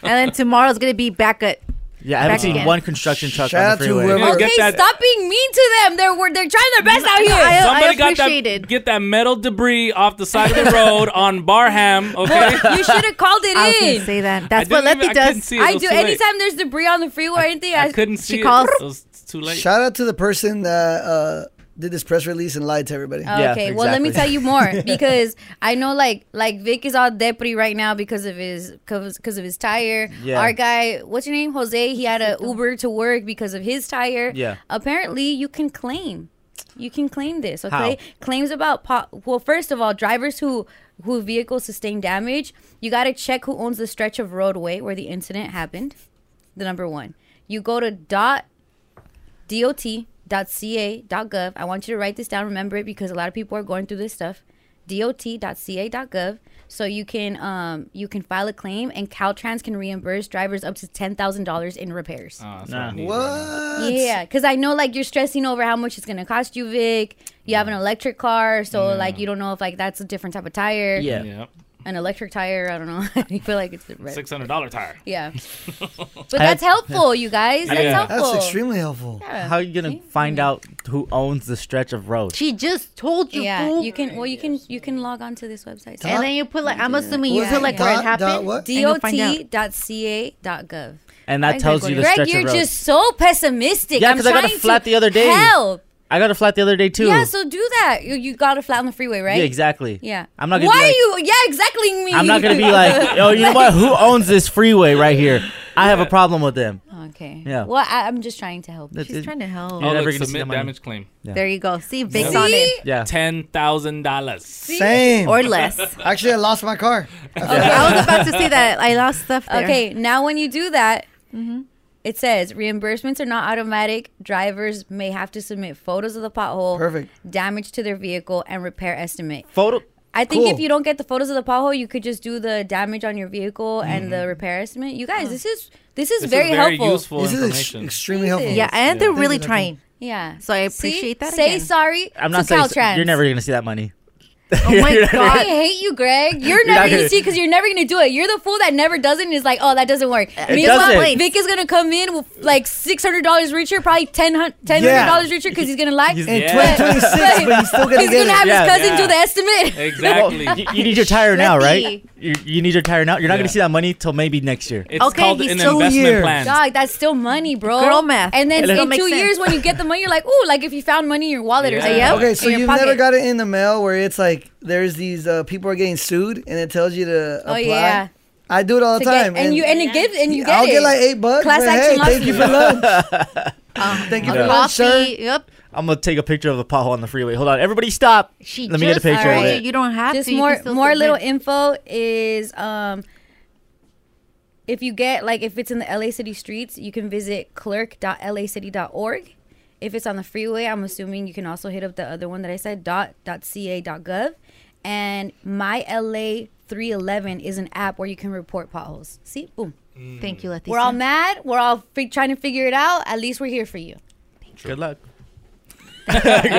And then tomorrow's going to be back at. Yeah, I haven't Back seen again. one construction truck Shout on out the to freeway. whoever- Okay, Get that- stop being mean to them. They're wor- they're trying their best out here. Somebody got that, get that metal debris off the side of the road on Barham, okay? you should have called it I was in. gonna say that. That's I what didn't Letty even- I couldn't does. see it. It I was do. too late. Anytime there's debris on the freeway or anything, I, couldn't see she calls. It was too late. Shout out to the person that uh, did this press release and lied to everybody. Oh, Oh, Okay, well let me tell you more because I know like like Vic is all depri right now because of his because of his tire. Yeah. Our guy, what's your name? Jose. He had a Uber to work because of his tire. Yeah. Apparently, you can claim. You can claim this, How? okay? Claims about po- well, first of all, drivers who who vehicles sustain damage, you got to check who owns the stretch of roadway where the incident happened. The number one, you go to dot dot.ca.gov. I want you to write this down. Remember it because a lot of people are going through this stuff. dot.ca.gov. So you can um, you can file a claim, and Caltrans can reimburse drivers up to ten thousand dollars in repairs. Oh, that's what I Nah. need What? right now. Yeah, because I know like you're stressing over how much it's gonna cost you, Vic. You have an electric car, so like you don't know if like that's a different type of tire. Yeah. Yep. An electric tire, I don't know. you feel like it's the red. $600 tire. Yeah. But that's helpful, you guys. That's Yeah. helpful. helpful. Yeah. How are you gonna find out who owns the stretch of road? She just told you, Yeah, fool. you can. Well, you can. You can log on to this website. And Dot- then you put, like, I'm assuming you put, like, where it Dot- happened, dot what? and you'll find out. Dot.ca.gov. And that tells you the Greg, stretch of you're road. just so pessimistic. yeah, I'm because I got a trying flat to the other day. Help. I got a flat the other day too. Yeah, so do that. You, you got a flat on the freeway, right? Yeah, exactly. Yeah. I'm not gonna Why be like- are you? Yeah, exactly. Me. I'm not gonna be like, oh, you know what? Who owns this freeway right here? I have a problem with them. Okay. Yeah. Well, I, I'm just trying to help. That's She's it. trying to help. Oh, You're never look, gonna see submit that money. damage claim. Yeah. There you go. See, Vic's Yep. on it. Yeah. $10,000. Same Or less. Actually, I lost my car. I was about to say that. I lost stuff there. Mm-hmm. Okay, now when you do that, it says reimbursements are not automatic. Drivers may have to submit photos of the pothole, Perfect. damage to their vehicle, and repair estimate. Photo. I think if Cool. you don't get the photos of the pothole, you could just do the damage on your vehicle and the repair estimate. You guys, this is this is This is very, very helpful. useful This is ex- information. extremely helpful. Yeah, and they're really trying. Yeah. So I appreciate that. Say again. sorry I'm not to saying Caltrans. you're never gonna see that money. Oh my You're god! not- I hate you, Greg. You're You're never not gonna gonna- see because you're never gonna do it. You're the fool that never does it and is like, oh, that doesn't work. It Meanwhile, doesn't. Vic is gonna come in with like six hundred dollars richer, probably ten hundred dollars richer because he's gonna lie. He's- In 2026, but he's still gonna he's get gonna it. have Yeah. his cousin Yeah. do the estimate. Exactly. Well, you, you need your tire now, right? Slippy. You, you need your tire now. You're not Yeah. gonna see that money till maybe next year. Dog, that's still money, bro. Girl math. And then It in doesn't two make sense. years, when you get the money, you're like, ooh, like if you found money in your wallet or something. Okay, so in your you've pocket. never got it in the mail where it's like there's these uh, people are getting sued and it tells you to Oh, apply. yeah. I do it all the To get- time. and you- and it gives- and you get I'll it. get like eight bucks. Class but action hey, thank you for lawsuit. lunch. Um, thank you for Yeah. lunch, sir. Yep. I'm gonna take a picture of the pothole on the freeway. Hold on, everybody, stop. She Let me get a just picture of told it. you don't have Just to, you more can still more submit. little info is um if you get like if it's in the LA city streets, you can visit clerk.lacity.org. If it's on the freeway, I'm assuming you can also hit up the other one that I said dot dot .ca.gov and my LA 311 is an app where you can report potholes. See? Boom. Mm. Thank you, Leticia. We're all mad. We're all fi- trying to figure it out. At least we're here for you. Good luck. Good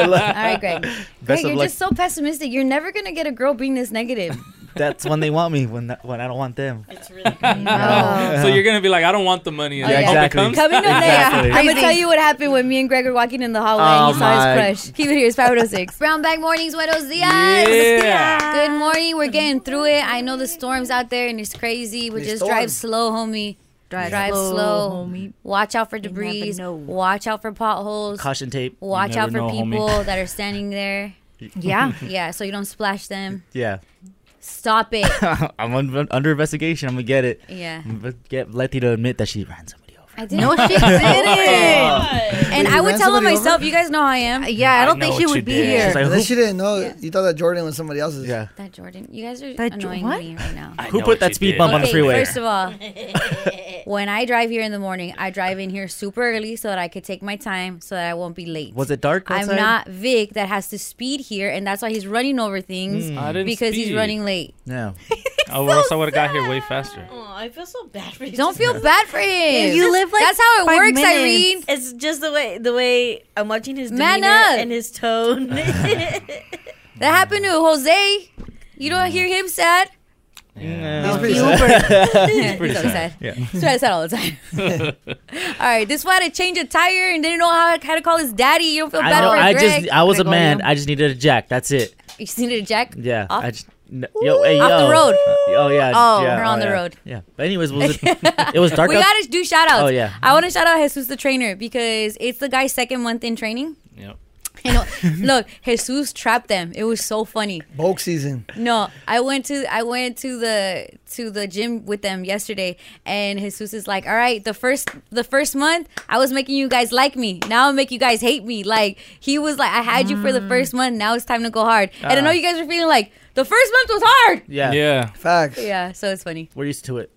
luck. All right, Greg. Greg, Best of you're luck. just so pessimistic. You're never gonna get a girl being this negative. That's when they want me. When when I don't want them. It's really So you're gonna be like, I don't want the money. Yeah, exactly. Oh, Coming up Exactly. later, I'm gonna tell you what happened when me and Greg were walking in the hallway and Oh he saw my- his oh crush. Keep it here. It's 506. Brown Bag Mornings, buenos dias. Yeah. Good morning. We're getting through it. I know the storm's out there and it's crazy, but The just storm. drive slow, homie. Drive, slow, slow, homie. Watch out for debris. Watch out for potholes. Caution tape. You Watch out never for know, homie. people that are standing there. Yeah. yeah. So you don't splash them. Yeah. Stop it. I'm un- under investigation. I'm gonna get it. Yeah. I'm gonna get Letty to admit that she ran somebody. I didn't. No, she didn't. and Wait, I you would ran tell her somebody over? myself. You guys know how I am. Yeah, I don't think know she what would you be did. here. She's like, Unless who- you didn't know, you thought that Jordan was somebody else's. Yeah. That Jordan, you guys are That Jo- annoying what? me right now. Who put that speed bump on the Okay, freeway? First of all, when I drive here in the morning, I drive in here super early so that I could take my time so that I won't be late. Was it dark outside? I'm not Vic that has to speed here, and that's why he's running over things Mm. I didn't because he's speed. running late. Yeah. oh, or else I would have got here way faster. Oh, I feel so bad for you. Don't feel bad for him. You live like that's how it five works, minutes. Irene. It's just the way the way I'm watching his Man demeanor up. and his tone. that happened to Jose. You don't hear him sad. He's pretty sad. sad. He's pretty He's so sad. sad. Yeah. He's pretty sad all the time. All right, this one had to change a tire and didn't know how, how to call his daddy. You don't feel I bad know. for I Greg. just. I was a man. I just needed a jack. That's it. You just needed a jack. Yeah. Off- I just. n- Yo, hey, yo. Off the road. Oh yeah. Oh, yeah, we're on the yeah. road. Yeah. But anyways, was it? it was dark. we out- gotta do shout outs. Oh yeah. I want to shout out Jesus the trainer because it's the guy's second month in training. Yep. And look, Jesus trapped them. It was so funny. Bulk season. No, I went to I went to the to the gym with them yesterday, and Jesus is like, "All right, the first the first month I was making you guys like me. Now I'll make you guys hate me." Like he was like, "I had you for the first month. Now it's time to go hard." And I Mm. know Ah. you guys are feeling like the first month was hard. Yeah. Yeah. Facts. Yeah, so it's funny. We're used to it.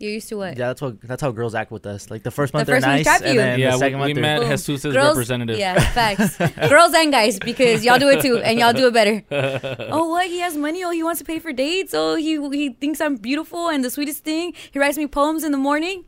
You're used to what? Yeah, that's what that's how girls act with us. Like the first The month first they're one nice, trap and you. then Yeah, the we- second we month they're- met Boom. Jesus' Girls- representative. Yeah, facts. Girls and guys, because y'all do it too, and y'all do it better. oh, what? He has money. Oh, he wants to pay for dates. Oh, he he thinks I'm beautiful and the sweetest thing. He writes me poems in the morning.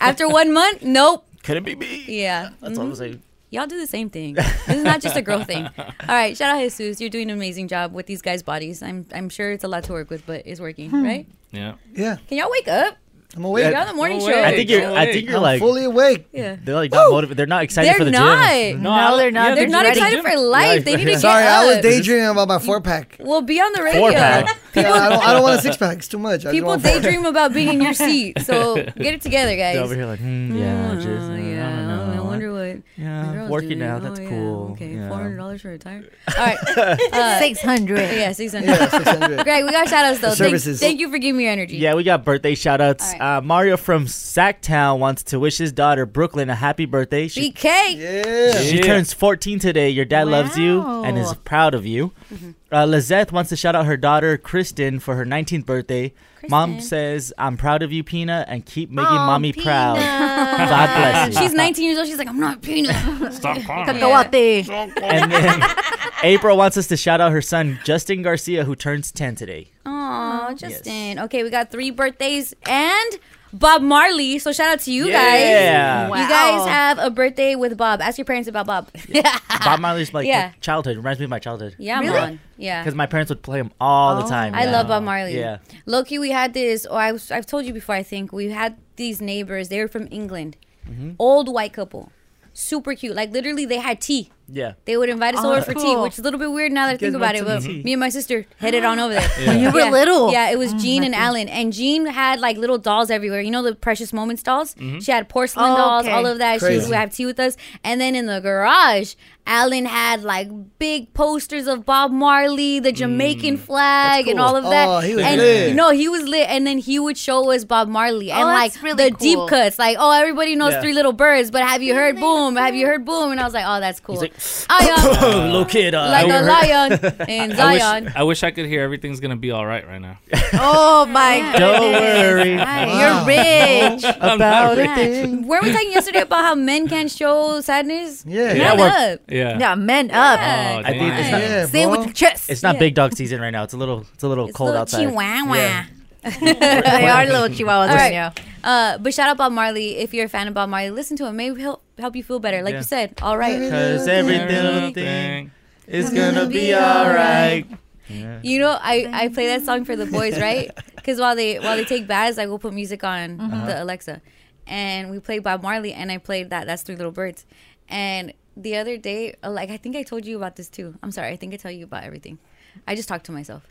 After one month, nope. Couldn't be me. Yeah. That's all I'm mhm. saying. Y'all do the same thing. This is not just a girl thing. All right, shout out Jesus. You're doing an amazing job with these guys' bodies. I'm I'm sure it's a lot to work with, but it's working, right? Yeah. Hmm. Yeah. Can y'all wake up? I'm awake. Y'all in the morning show. I think you're. I think you're I'm like fully awake. Yeah. They're like not motivated. They're not excited They're for the not. gym. No, No, they're not. they're They're not ready. excited for life. They need to get Sorry, I was up. daydreaming about my four pack. We'll be on the radio. Four pack. People- I, don't, I don't want a six pack. It's too much. I just People want four. daydream about being in your seat, so get it together, guys. Oh, They're over here like, mm, yeah, just, uh, I don't know. I wonder what. Yeah, my girl's working doing. Oh, out, that's yeah, cool, Okay, yeah. four hundred dollars for a tire. All right, uh, 600. Yeah, six hundred. Yeah, 600. Greg, we got shout outs though. The Thank, services. thank you for giving me your energy. Yeah, we got birthday shout outs. Uh, Mario from Sacktown wants to wish his daughter Brooklyn a happy birthday. She, BK. Yeah. she turns 14 today. Your dad loves you and is proud of you. Mm-hmm. Uh, Lizeth wants to shout out her daughter Kristen for her 19th birthday. Mom says, "I'm proud of you, Pina, and keep making mommy proud." God bless you. Oh, She's 19 years old. She's like, I'm not a peanut. Stop And then April wants us to shout out her son Justin Garcia, who turns 10 today. Oh, Justin. Okay, we got three birthdays and Bob Marley. So shout out to you Yeah. guys. Wow. You guys have a birthday with Bob. Ask your parents about Bob. yeah. Bob Marley's like Yeah. childhood reminds me of my childhood. Yeah, Really? man. Yeah. Because my parents would play him all the time. Oh, I yeah. love Bob Marley. Yeah. Loki, we had this. Oh, I was, I've told you before. I think we had these neighbors. They were from England. Mhm. Old white couple, super cute. Like literally, they had tea. Yeah. They would invite us Oh, over for tea, cool. which is a little bit weird now that I think guys about went it. to But the tea. me and my sister headed on over there. When you were Yeah. little. Oh, Yeah, it was Jean and Matthew. Alan. And Jean had like little dolls everywhere. You know the Precious Moments dolls? Mhm. She had porcelain Oh, dolls, okay. all of that. She Crazy. would have tea with us. And then in the garage, Alan had like big posters of Bob Marley, the Jamaican flag, and Mm. cool. all of that. Oh, he was and, lit. No, he was lit. And then he would show us Bob Marley and Oh, like that's really the cool. deep cuts. Like, oh, everybody knows Yeah. Three Little Birds, but have you heard Boom? Have you heard Boom? And I was like, oh, that's cool. like, oh, yeah. Little kid. Uh, I Like a were- lion in I wish, Zion. I wish I could hear everything's gonna be all right right now. Oh my Don't worry. You're rich. I'm not rich. Were we talking yesterday about how men can show sadness? Yeah. Men Yeah, we're- up. Yeah. Yeah, men up. I think it's not, Yeah, Say it with bro. your chest. It's not Yeah. big dog season right now. It's a little. It's a little cold little outside. chihuahua. Yeah. they are little chihuahuas All right. right now. Uh, but shout out Bob Marley. If you're a fan of Bob Marley, listen to him. Maybe he'll help you feel better. Like Yeah. you said, all right. Cause everything is gonna be alright. Yeah. You know, I, I play that song for the boys, right? Because while they while they take baths, I will put music on Mhm. the Alexa, and we played Bob Marley, and I played that. That's Three Little Birds, and the other day, uh, like I think I told you about this too. I'm sorry, I think I tell you about everything. I just talked to myself.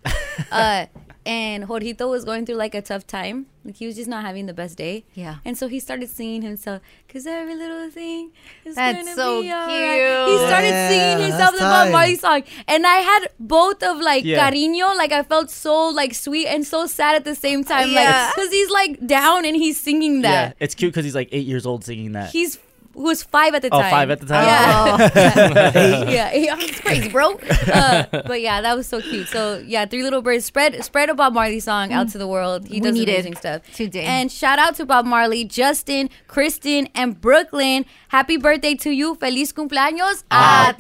uh, and Jorgito was going through like a tough time. Like he was just not having the best day. Yeah. And so he started singing himself, cause every little thing is That's gonna so be alright. cute. He started Yeah, singing himself the that's Bob tight. Marley song, and I had both of like Yeah. cariño, like I felt so like sweet and so sad at the same time, Yeah. like because he's like down and he's singing Yeah, that. it's cute because he's like eight years old singing that. He's who was five at the oh, time. five at the time. Yeah. Oh. yeah, yeah, it's crazy, bro. Uh, but yeah, that was so cute. So yeah, Three Little Birds spread spread a Bob Marley song out to the world. He We does need it amazing stuff today. And shout out to Bob Marley, Justin, Kristen, and Brooklyn. Happy birthday to you! Feliz cumpleaños a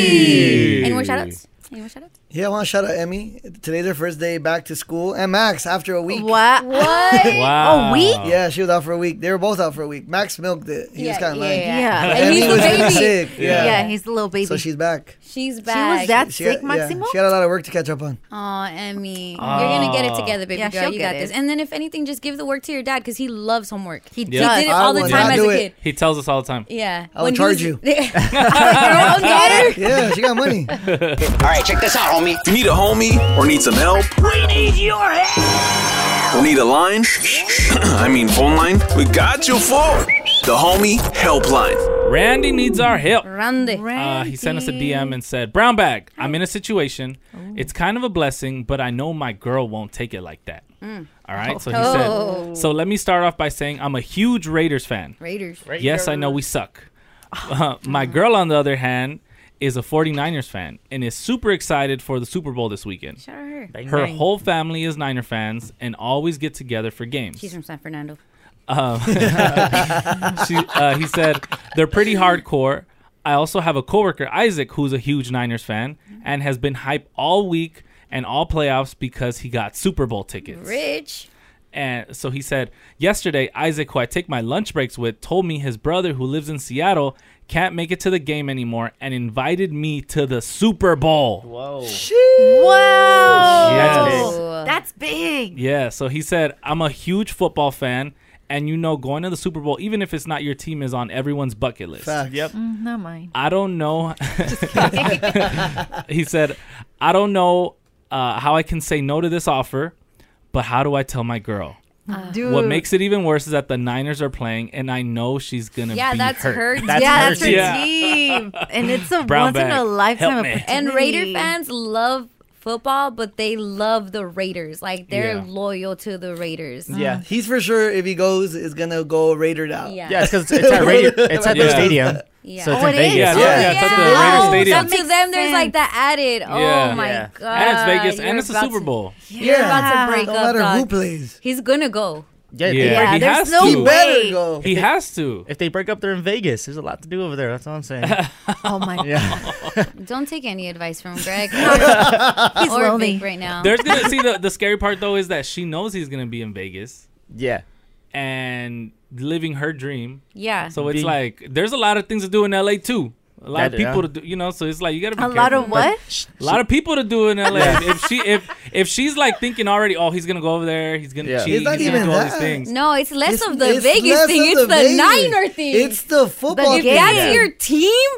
ti. Any more shout outs? Any more shout outs? Yeah, I want to shout out Emmy. Today's her first day back to school. And Max, after a week. What? What? Wow. A week? Yeah, she was out for a week. They were both out for a week. Max milked it. He was Yeah, kind of yeah, like, yeah. Yeah. And Emmy he's the was really baby. sick. Yeah. Yeah, he's the little baby. So she's back. She's She was back. that She sick, got- yeah, Maximo? she had a lot of work to catch up on. Oh, Emmy, you're gonna get it Oh. together, baby Yeah, girl. she'll You get got this. it. And then, if anything, just give the work to your dad because he loves homework. He does. He did it all I the will time not as do a it. kid. He tells us all the time. Yeah. I will When he charge was- you. Your own daughter? Yeah, she got money. All right, check this out, homie. Need a homie or need some help? We need your help. Need a line? I mean, phone line? We got you for the homie helpline. Randy needs our help. Randy. Uh, he sent us a DM and said, Brown bag, I'm in a situation. It's kind of a blessing, but I know my girl won't take it like that. All right. So he Mm. Oh. said, So let me start off by saying I'm a huge Raiders fan. Raiders. Yes, I know we suck. Uh, my girl, on the other hand, is a 49ers fan and is super excited for the Super Bowl this weekend. Shout out to her. Her whole family is Niner fans and always get together for games. She's from San Fernando. Um, she, uh, he said they're pretty hardcore. I also have a coworker Isaac who's a huge Niners fan and has been hype all week and all playoffs because he got Super Bowl tickets. Rich. And so he said, yesterday, Isaac, who I take my lunch breaks with, told me his brother, who lives in Seattle, can't make it to the game anymore and invited me to the Super Bowl. Whoa. Wow. Yes. That's big. Yeah, so he said, I'm a huge football fan, and you know, going to the Super Bowl, even if it's not your team, is on everyone's bucket list. Yep. Mm, not mine. I don't know. he said, I don't know uh, how I can say no to this offer, but how do I tell my girl? Dude. What makes it even worse is that the Niners are playing, and I know she's gonna Yeah, be that's hurt. her. yeah, that's her Yeah. team. And it's a Brown once in bag, a help lifetime me. opportunity. And Raider fans love football, but they love the Raiders. Like they're Yeah. loyal to the Raiders. Uh-huh. He's for sure, if he goes, is going to go Raidered out. Yeah. Yeah, it's 'cause it's at Raider- it's at their Yeah. stadium. Yeah. So it's Oh, in it Vegas. is? Yeah, it's- yeah, Yeah. it's at the Raider Oh, Stadium. so to them, there's like that added. Yeah. Oh my Yeah. god! And it's Vegas, and You're it's a about Super to- Bowl. You're about to break Don't up. matter who dog. plays. He's gonna go. Yeah, Yeah, Yeah, he there's has no to. way. He has to. If they break up, they're in Vegas. There's a lot to do over there. That's all I'm saying. Oh my yeah. Don't take any advice from Greg. He's or lonely. Vic right now. There's gonna see the, the scary part though is that she knows he's gonna be in Vegas. Yeah. and living her dream. Yeah. So it's Being- like there's a lot of things to do in LA too. A lot of That- people yeah. to do, you know. So it's like you gotta be A lot careful. of what? A lot of people to do in LA. if she if if she's like thinking already, oh he's gonna go over there, he's gonna Yeah. cheat, It's not he's gonna even do all these that. things. No, it's less It's- of the it's Vegas less thing. of It's the, the Vegas. Niner thing. It's the football If game. that's Yeah. your team,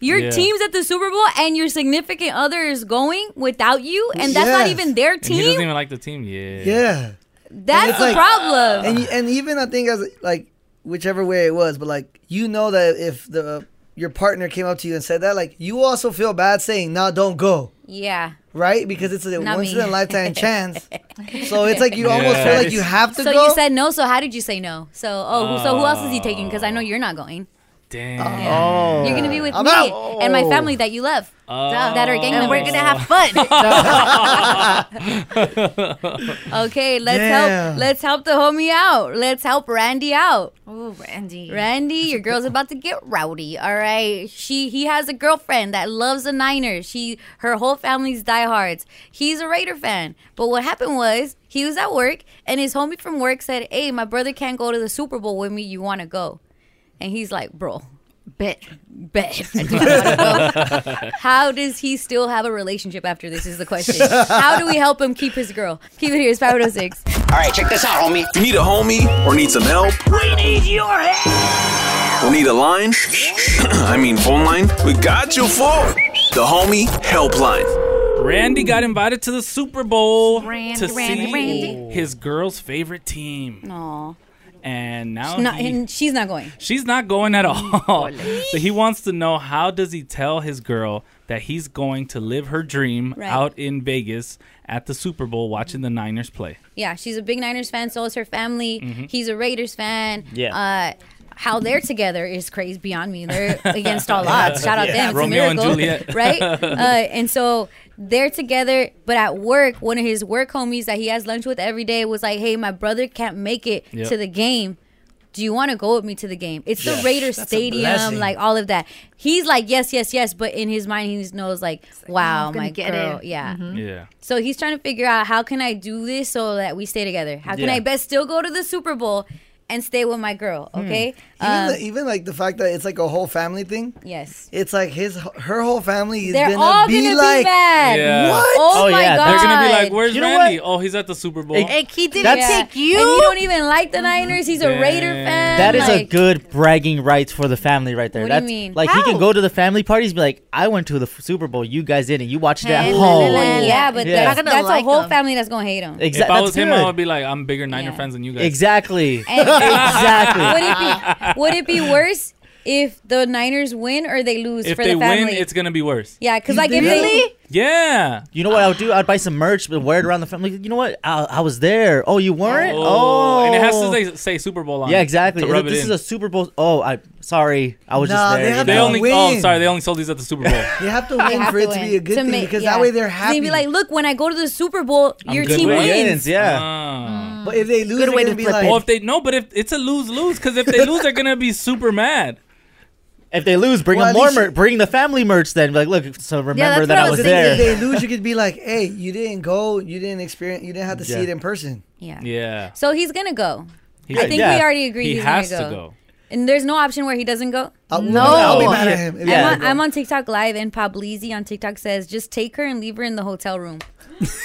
your Yeah. team's at the Super Bowl and your significant other is going without you, and that's not Yes. even their And he doesn't team. even like the team. Yeah. Yeah. That's it's the like- problem. And y- and even I think as like whichever way it was, but like you know that if the your partner came up to you and said that, like you also feel bad saying, "No, don't go," yeah. right? Because it's a Not once me. in a lifetime chance. So it's like you almost feel like you have to so go. you said no. So how did you say no? So oh, so who else is he taking? Because I know you're not going. Damn. Oh. Yeah. You're gonna be with me and my family that you love, Oh. that are gang And members. we're gonna have fun. okay, let's Yeah. help. Let's help the homie out. Let's help Randy out. Ooh, Randy. Randy, your girl's about to get rowdy. All right. She he has a girlfriend that loves the Niners. She her whole family's diehards. He's a Raider fan. But what happened was he was at work and his homie from work said, Hey, my brother can't go to the Super Bowl with me. You wanna go? And he's like, Bro, bet. Bet. I do wanna go." How does he still have a relationship after this is the question. How do we help him keep his girl? Keep it here, it's 506. All right, check this out, homie. If you need a homie or need some help, We need your help. or need a line, I mean phone line, we got you for the homie helpline. Randy got invited to the Super Bowl Randy, to Randy, see Randy. his girl's favorite team, Aw. and now She's not, he- and she's not going. She's not going at all. so he wants to know how does he tell his girl that he's going to live her dream Right. out in Vegas at the Super Bowl watching the Niners play. Yeah, she's a big Niners fan. So is her family. Mhm. He's a Raiders fan. Yeah. Uh, how they're together is crazy beyond me. They're against all odds. Shout out Yeah. them. It's Romeo a and miracle, Juliet. right? Uh, and so they're together. But at work, one of his work homies that he has lunch with every day was like, "Hey, my brother can't make it Yep. to the game." Do you want to go with me to the game? It's the Yes. Raiders That's a Stadium, blessing. like all of that. He's like, yes, yes, yes, but in his mind, he knows, like, wow, I'm gonna my get girl, it. Mm-hmm. yeah, Yeah. so he's trying to figure out how can I do this so that we stay together? How can Yeah. I best still go to the Super Bowl and stay with my girl? Hmm. Okay. Even, Um, the, even like the fact that it's like a whole family thing. Yes. It's like his her whole family is They're gonna all be gonna be like mad. Yeah. what? Oh Oh, my yeah, They're gonna be like, God. "Where's You know Randy? Oh, he's at the Super Bowl." and he didn't That's- take you. And you don't even like the Niners. He's a Raider fan. That is a like, good bragging rights for the family right there. What do you That's mean? like he How? can go to the family parties, be like, "I went to the F- Super Bowl. You guys didn't. You watched it at Hey, home." yeah, but that's, that's a whole family that's gonna hate him. Exactly. if I was that's him, I good. would be like, "I'm bigger Niner fans than you guys." Exactly. And- exactly. Would it be worse if the Niners win or they lose If for they the family? win, it's gonna be worse. yeah, because like if they Yeah. You know what I'll do? I'd buy some merch, but wear it around the family. You know what? I, I was there. Oh, you weren't? Oh, and it has to say, say Super Bowl on. Yeah, it exactly. To And rub it this in. is a Super Bowl. Oh, I sorry. I was Nah, just they there. you have know? to only- oh, sorry, they only sold these at the Super Bowl. They have to They win have for it to win. be a good thing make- because yeah. that way they're They'd happy. be like, look, when I go to the Super Bowl, your team wins. Yeah. But if they lose, they're gonna be like, well, if they no, but if it's a lose lose, because if they lose, they're gonna be super mad. If they lose, bring Well, them at more least- merch. Bring the family merch then. Like, look, so remember that's that what I was there. If they lose, you could be like, hey, you didn't go, you didn't experience, you didn't have to Yeah. see it in person. Yeah. Yeah. So he's gonna go. He I could, think yeah. we already agree He he's has gonna to go. go. And there's no option where he doesn't go. I'll- No. Oh, I'll be mad at him if he I'm, doesn't on, go. I'm on TikTok live, and Pablizzi on TikTok says, "Just take her and leave her in the hotel room."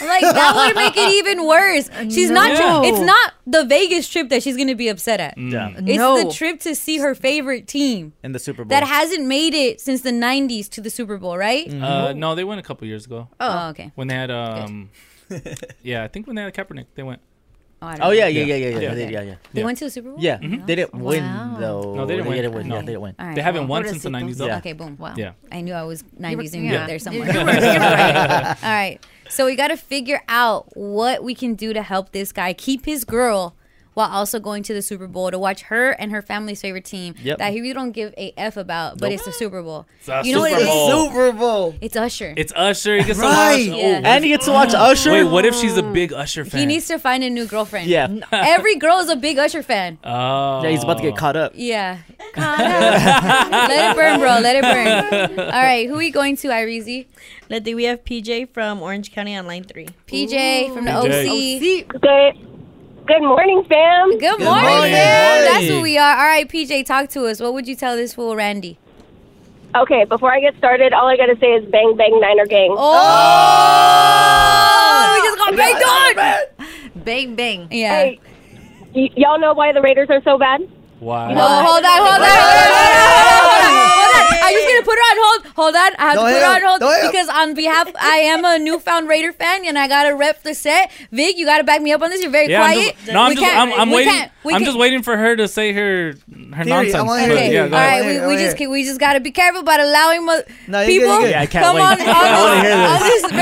I'm like that would make it even worse. She's No. not. It's not the Vegas trip that she's gonna be upset at. Yeah. It's No. the trip to see her favorite team In the Super Bowl. that hasn't made it since the '90s to the Super Bowl, right? Uh, no, they went a couple years ago. Oh, okay. When they had um, yeah, I think when they had Kaepernick, they went. Oh, I don't Oh know. yeah, yeah, yeah, yeah, yeah, yeah, yeah, yeah. They went to the Super Bowl. Yeah, they didn't win though. No, they didn't win. Yeah, No. Mm-hmm. they didn't win. All right, They haven't well, won what a since the sequel. 90s, though. Okay, boom. Wow. Yeah. I knew I was 90s and You were- yeah. there yeah. somewhere. You were- you were right. All right. So we got to figure out what we can do to help this guy keep his girl while also going to the Super Bowl to watch her and her family's favorite team Yep. that he really don't give a F about, but Nope. it's the Super Bowl. It's a you know what Super it is? Bowl. Super Bowl. It's Usher. It's Usher. He gets Right. to watch. Yeah. what And if- he gets to watch Usher? Wait, what if she's a big Usher fan? he needs to find a new girlfriend. Yeah. Every girl is a big Usher fan. Oh. Yeah, he's about to get caught up. Yeah. let it burn, bro. Let it burn. All right. Who we going to, Irizy? Let's we have PJ from Orange County on line three. PJ from the Ooh. OC. PJ. Good day. Good morning, fam. Good, Good morning, morning. man. That's Morning. who we are. All right, PJ, talk to us. What would you tell this fool, Randy? Okay, before I get started, all I gotta say is bang bang Niner gang. Oh, we just got banged on. Bang bang. Yeah. Hey, y- y'all know why the Raiders are so bad? Wow. No, hold on, hold on, hold on, hold on, hold on, hold on. I'm just gonna put her on hold. Hold on, I have Don't to put hang her up, on hold don't hang up. because on behalf, I am a newfound Raider fan and I gotta rep the set. Vic, you gotta back me up on this. You're very Yeah, I'm quiet. just, no, I'm We just, can't- I'm, I'm we waiting. can't- we I'm can't- just waiting for her to say her her Theory, I nonsense. wanna but hear it. yeah, All go ahead. right, we, we just ca- we just gotta be careful about allowing mo- you're good, people you're good. Yeah, I can't come wait. on I wanna hear on, this. on this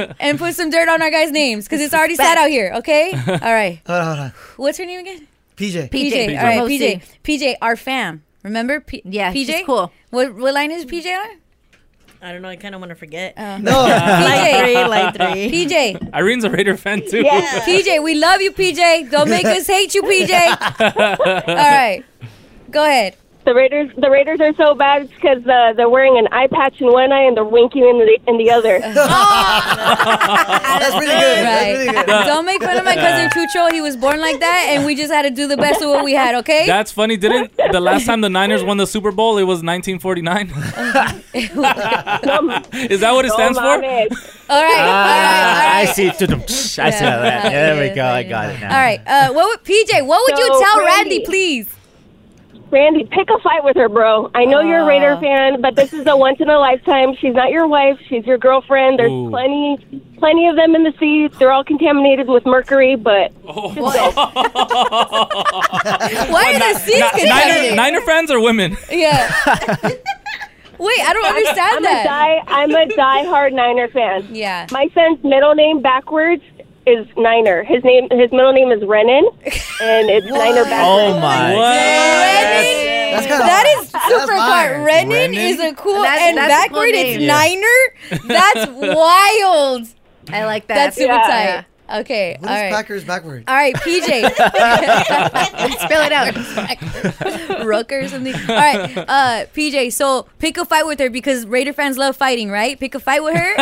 radio and put some dirt on our guys' names because it's already sad out here. Okay, all right. Hold on, hold on. What's her name again? PJ. PJ. All right, PJ. PJ, our fam. Remember? P- yeah, PJ. she's cool. What what line is PJ on? I don't know. I kind of want to forget. Uh, No. Line three, line three. PJ. Irene's a Raider fan too. PJ, we love you, PJ. Don't make us hate you, PJ. All right, go ahead. The Raiders, the Raiders are so bad because uh, they're wearing an eye patch in one eye and they're winking in the in the other. Oh, That's pretty good. Right. Don't make fun of my cousin Chucho. He was born like that, and we just had to do the best of what we had. Okay. That's funny. Didn't the last time the Niners won the Super Bowl, it was 1949? Is that what it stands for? All right. Ah, I see. I see how that. Yeah, There we go. Oh, I got it All now. right. Uh, what would PJ? What would you So, tell Randy, Randy. please? Randy, pick a fight with her, bro. I know Ah. you're a Raider fan, but this is a once in a lifetime. She's not your wife. She's your girlfriend. There's Ooh. plenty, plenty of them in the sea. They're all contaminated with mercury, but Why are the seats Niner, contaminated? Niner fans are women. Yeah. Wait, I don't understand I'm that. A die, I'm a diehard Niner fan. Yeah. My son's middle name backwards is Niner. His name, his middle name is Renan, and it's Niner backwards. Oh my. That's that is super part. Renan, is a cool That's- and that's a cool backward. it's name. Yeah. Niner. That's wild. I like that. That's super Yeah. tight. Okay. What all is right. Packers backward? All right, PJ. Spell it out. Rooker or something. All right, uh, PJ. So pick a fight with her because Raider fans love fighting, right? Pick a fight with her.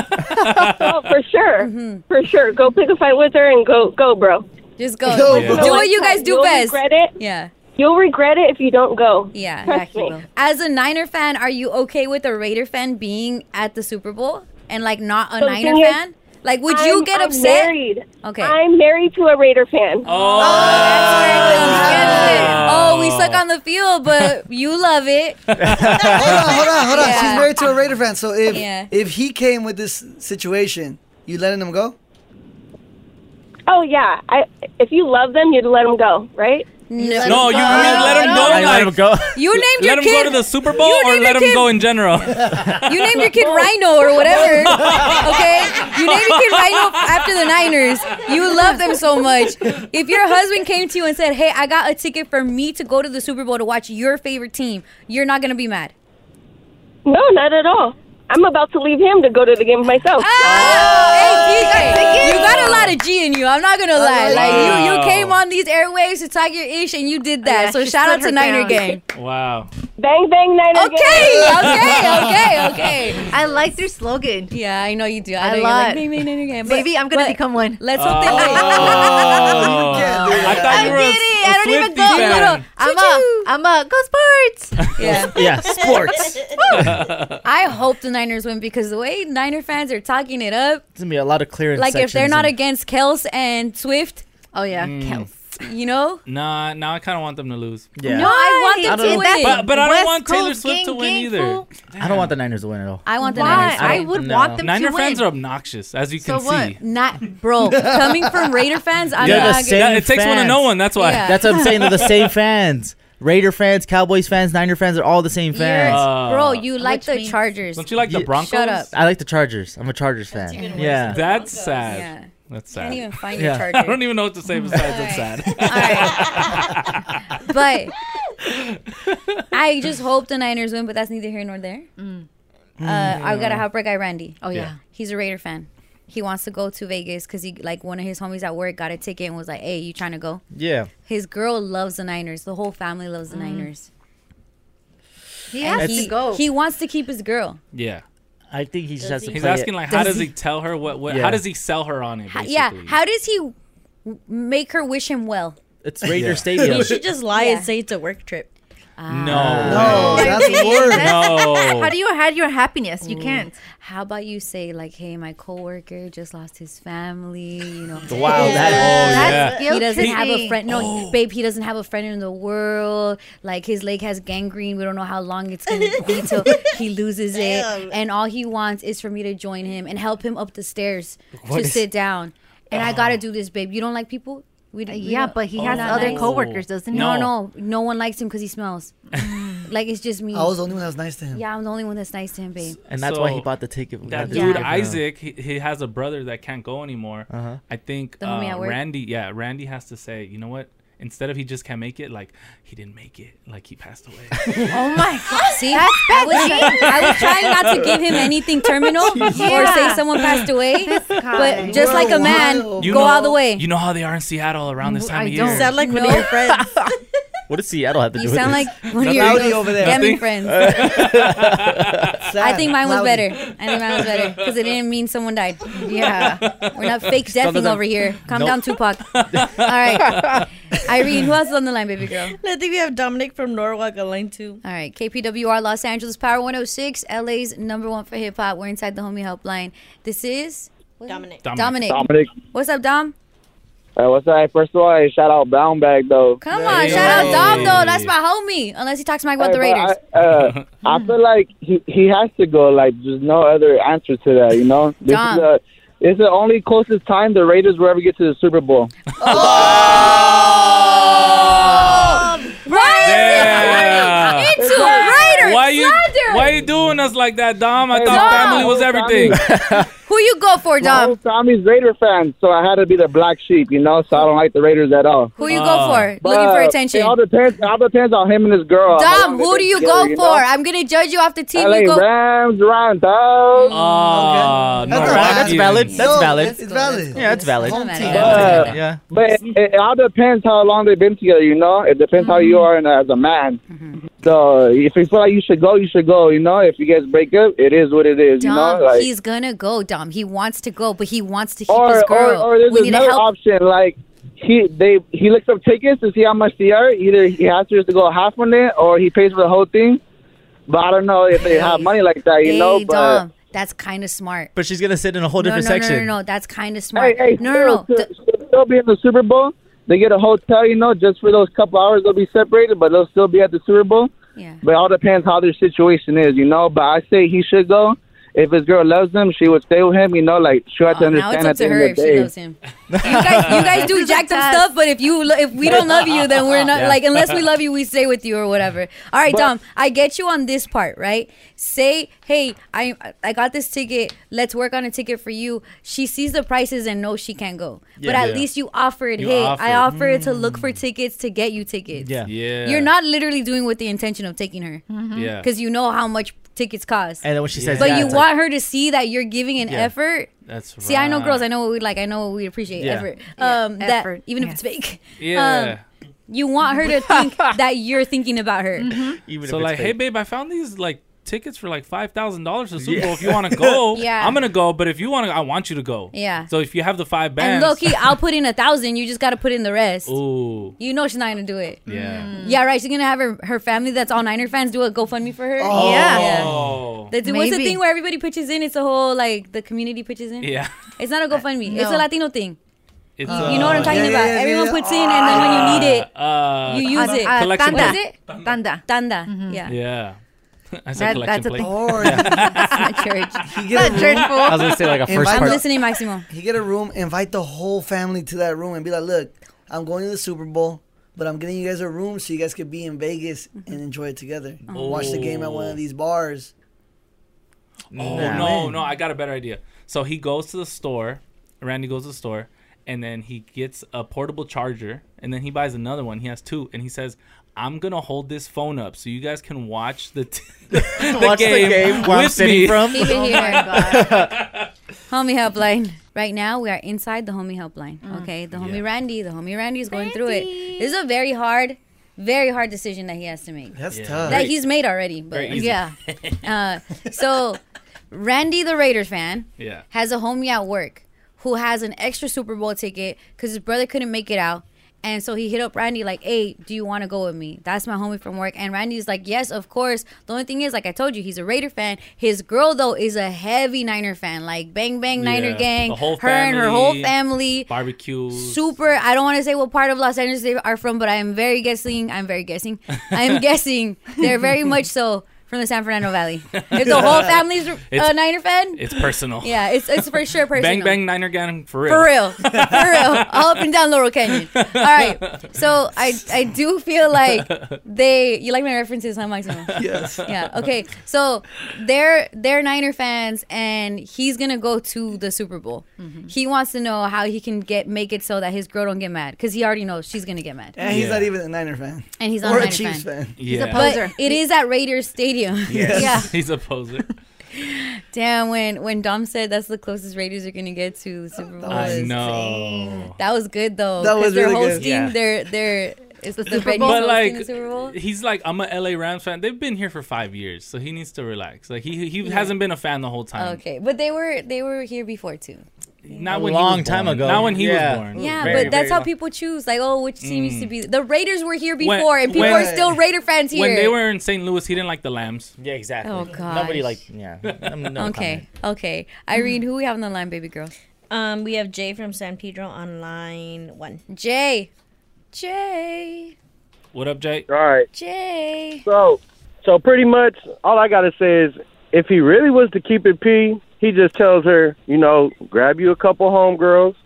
Oh, for sure, Mm-hmm. for sure. Go pick a fight with her and go, go, bro. Just go. Go, Do bro. what you guys do You'll best. regret it. Yeah. You'll regret it if you don't go. Yeah. Trust me. As a Niner fan, are you okay with a Raider fan being at the Super Bowl and like not a The Niner thing is, fan? Like, would you I'm- get I'm upset? married. Okay. I'm married to a Raider fan. Oh, oh, we suck on the field, but you love it. hold on, hold on, hold on. Yeah. She's married to a Raider fan, so if Yeah. if he came with this situation, you letting him go? Oh yeah. I if you love them, you'd let them go, right? No, No, you, you let him go. I let like- him go. You named your let him kid. go to the Super Bowl or named let your him kid- go in general? You named your kid Rhino or whatever. Okay? You named your kid Rhino after the Niners. You love them so much. If your husband came to you and said, Hey, I got a ticket for me to go to the Super Bowl to watch your favorite team, you're not going to be mad. No, not at all. I'm about to leave him to go to the game myself. Ah, Hey, you got a lot of G in you. I'm not Oh, going to lie. Like, you, you Wow. came on these airwaves to talk your ish and you did that. Oh, Yeah, so she shout out stood to her Niner ground. Gang. Wow. Bang bang Niner. Okay, gang. okay, okay, okay. I like their slogan. Yeah, I know you do. I I, know love you're like, "Bang, bang, bang, bang." But- Maybe I'm gonna but become one. Let's hope they Oh. You win. can't do I that. I thought you were a- did it. I a I don't even Swiftie go. fan. No, no. I'm a. I'm a go sports. Yeah. Yeah, sports. I hope the Niners win because the way Niner fans are talking it up, There's gonna be a lot of clearance. like if they're sections not and- against Kels and Swift. Oh yeah, Mm. Kels. You know? Nah, now I kind of want them to lose. Yeah. No, I want them to win. But, but I don't West want Taylor Coast Swift to gang, win gang, either. fool. I don't want the Niners to win at all. I want the Why? Niners. to I win. would No. want them to Niner fans win. are obnoxious, as you can So see. what? Not bro. Coming from Raider fans, I'm They're not. the same Yeah, it takes one to fans. know one, that's why. Yeah. That's what I'm saying. They're the same fans. Raider fans, Cowboys fans, Niner fans are all the same fans. Uh, Bro, you like the Chargers? Don't you like the Yeah. Broncos? Shut up. I like the Chargers. I'm a Chargers fan. yeah. That's sad. That's sad. Can't even find your Yeah. I charger. don't even know what to say besides that's sad. But I just hope the Niners win. But that's neither here nor there. Uh, I gotta help our guy Randy. Oh Mm. yeah. Yeah. he's a Raider fan. He wants to go to Vegas because he like one of his homies at work got a ticket and was like, "Hey, you trying to go?" Yeah. His girl loves the Niners. The whole family loves the Niners. Mm. He And has to go. He wants to keep his girl. Yeah. I think he just has to He's play asking it. like, how does he tell her what? what Yeah. How does he sell her on it? How- Basically? yeah. How does he W- Make her wish him well. It's Raider Stadium. You should just lie and say it's a work trip. No. Ah. No, that's worse. No. How do you hide your happiness? You can't. How about you say like, "Hey, my coworker just lost his family." You know, Wow, He that- oh, doesn't- yeah. he Oh. doesn't Guilt have a tripping. friend. No, Oh. babe, he doesn't have a friend in the world. Like his leg has gangrene. We don't know how long it's gonna be until he loses it. And all he wants is for me to join him and help him up the stairs What to is- sit down. And I Oh. gotta do this, babe. You don't like people. We, d- we yeah, don't- but he we're has not other nice. coworkers, doesn't he? No, no, no one likes him because he smells. like it's just me. I was the only one that was nice to him. Yeah, I'm the only one that's nice to him, babe. And that's why he bought the ticket. That the dude ticket. Isaac, he, he has a brother that can't go anymore. Uh-huh. I think The uh, homie at work? Randy, yeah, Randy has to say, you know what? Instead of he just can't make it, like he didn't make it, like he passed away. Oh my god! See, That's I was, bad trying, news. I was trying not to give him anything terminal or Yeah. say someone passed away, guy. but just like a man, You go know- all the way. You know how they are in Seattle around this time of year. one of your friends. What does Seattle have to You do with sound this? like one of your Rowdy over there. Nothing? gaming friends. I think mine was better. I think mine was better because it didn't mean someone died. Yeah, we're not fake Some of deathing them- over here. Calm Nope. down, Tupac. All right, Irene, who else is on the line, baby girl? I think we have Dominic from Norwalk on line two. All right, KPWR Los Angeles Power 106, LA's number one for hip hop. We're inside the homie helpline. This is Dominic. Dominic. Dominic. What's up, Dom? Uh, what's up? First of all, hey, shout out Brown Bag though. Come on, shout out Dom though. That's my homie. Unless he talks smack about the Hey, Raiders. Hmm. but I, uh, I feel like he, he has to go. Like there's no other answer to that. You know, this Dom. is the it's the only closest time the Raiders will ever get to the Super Bowl. Damn. It's a Raiders Why you slander. Why you doing us like that, Dom? I Hey, thought Dom. family was everything. Who you go for, My Dom? whole family's Raider fans, so I had to be the black sheep. You know, so I don't like the Raiders at all. Who you go Oh. for? Looking But for attention. It all depends. It all depends on him and his girl. How long Dom, they've who been do you together, go you for? know? I'm gonna judge you off the team you LA go. Rams, Rams, dogs. Oh, no, Ah, That's valid. That's valid. It's valid. Yeah, it's valid. Home team. But, Yeah. but it, it all depends how long they've been together, you know? It depends how Mm-hmm. you are in, as a man. So if you feel like you should go, you should go, you know? If you guys break up, it is what it is, you Dom, know? Like, he's gonna go. Dom, he wants to go, but he wants to keep his or, or, girl. or there's we need to another help. option. Like, he they he looks up tickets to see how much they are. Either he has to just go half on it or he pays for the whole thing. But I don't know if they have money like that, you hey, know? But Dom, that's kind of smart. But she's gonna sit in a whole No, no, different no, no, section. no, no, that's kind of smart. Hey, hey, no, no, no. still, Still, still be in the Super Bowl. They get a hotel, you know, just for those couple hours. They'll be separated, but they'll still be at the Super Bowl. Yeah. But it all depends how their situation is, you know. But I say he should go. If his girl loves him, she would stay with him, you know. Like she had to Oh, now understand it's up at to the end her of if the she day. loves him. You guys, you guys do jacked up stuff, but if you lo- if we don't love you, then we're not Yeah. like unless we love you, we stay with you or whatever. All right, But- Dom, I get you on this part, right? Say, hey, I I got this ticket. Let's work on a ticket for you. She sees the prices and knows she can't go, but Yeah. at Yeah. least you offered. You hey, I offered. offered to look for tickets to get you tickets. Yeah. Yeah. You're not literally doing with the intention of taking her, Yeah. because you know how much tickets cost. Mm-hmm. And then when she says, but yeah, you it's want like- her to see that you're giving an Yeah. effort. That's See, I know right. girls. I know what we like. I know what we appreciate. Yeah. Effort. Yeah, Um, that effort, even if it's fake. Yeah. Um, you want her to think that you're thinking about her. Even so if it's like, fake. hey babe, I found these like tickets for like five thousand dollars to the Super Yeah. Bowl. If you want to go, Yeah. I'm gonna go. But if you want to, I want you to go. Yeah. So if you have the five And bands, low key, I'll put in a thousand. You just got to put in the rest. ooh, You know she's not gonna do it. yeah. Yeah, right. She's gonna have her, her family that's all Niner fans do a GoFundMe for her. Oh. Yeah. Yeah. They do- what's the Maybe. thing where everybody pitches in? It's a whole like the community pitches in. Yeah. It's not a GoFundMe. It's no. a Latino thing. It's, You- you know what I'm talking yeah, about. yeah, yeah, Everyone yeah. puts in, and then when you need it, Uh, you use it. Uh, Collection tanda. plate. Tanda. Mm-hmm. Tanda. Yeah. Yeah. I said That- collection that's a- plate. Or- That's not church. Not church, fool. I was gonna say, like, a first Invite I'm the- listening, Maximo. He get a room, invite the whole family to that room, and be like, "Look, I'm going to the Super Bowl, but I'm getting you guys a room so you guys could be in Vegas Mm-hmm. and enjoy it together. Watch the game at one of these bars." Oh Nah. no, no, I got a better idea. So he goes to the store, Randy goes to the store, and then he gets a portable charger, and then he buys another one. He has two, and he says, "I'm gonna hold this phone up so you guys can watch the t- the, Watch the game, game where I'm with sitting me." from. Keep it Oh my here. God. homie helpline. Right now, we are inside the homie helpline. Mm. Okay, the homie Yeah. Randy. The homie Randy is going through it. This is a very hard, very hard decision that he has to make. That's Yeah. tough. That Very- he's made already. But very easy. yeah. Uh, so, Randy, the Raiders fan, Yeah. has a homie at work who has an extra Super Bowl ticket because his brother couldn't make it out. And so he hit up Randy like, "Hey, do you want to go with me?" That's my homie from work. And Randy's like, "Yes, of course." The only thing is, like I told you, he's a Raider fan. His girl though is a heavy Niner fan, like bang bang Niner Yeah. gang. The whole her and her whole family. family. Barbecue. Super. I don't want to say what part of Los Angeles they are from, but I am very guessing. I'm very guessing. I'm guessing they're very much so from the San Fernando Valley. If the whole family's It's- a Niner fan, It's personal. yeah, it's it's for sure personal. Bang bang Niner gang for real. For real, for real, all up and down Laurel Canyon. All right, so I I do feel like they you like my references, huh, Maximo? Yes. Yeah. Okay. So they're they're Niner fans, and he's gonna go to the Super Bowl. Mm-hmm. He wants to know how he can get make it so that his girl don't get mad because he already knows she's gonna get mad. And he's not even a Niner fan. And he's not a or a Niner Chiefs fan. fan. He's a Yeah. But it is at Raiders Stadium. Yes. Yeah. He's a poser. Damn, when when Dom said that's the closest Raiders are gonna get to the Super Bowl. I is- know. That was good though. That 'cause was they're really good. hosting Yeah. their their it's the Super But Bowl. hosting the like, Super Bowl. he's like, I'm a LA Rams fan. They've been here for five years, so he needs to relax. Like he he Yeah. hasn't been a fan the whole time. Okay, but they were they were here before too. Not A when he long was time born. ago. Not when he Yeah. was born. Yeah, Very, but that's very how long. people choose. Like, oh, which team used to Mm. be the Raiders were here When- before, and people when- are still Raider fans here. When they were in St. Louis, he didn't like the Lambs. Yeah, exactly. Oh, Nobody gosh. like yeah. I'm- no okay, okay. Irene, who we have on the line, baby girl? Um, we have Jay from San Pedro on line one. Jay, Jay, What up, Jay? All right. Jay. So, so pretty much all I gotta say is, if he really was to keep it p, he just tells her, you know, grab you a couple homegirls.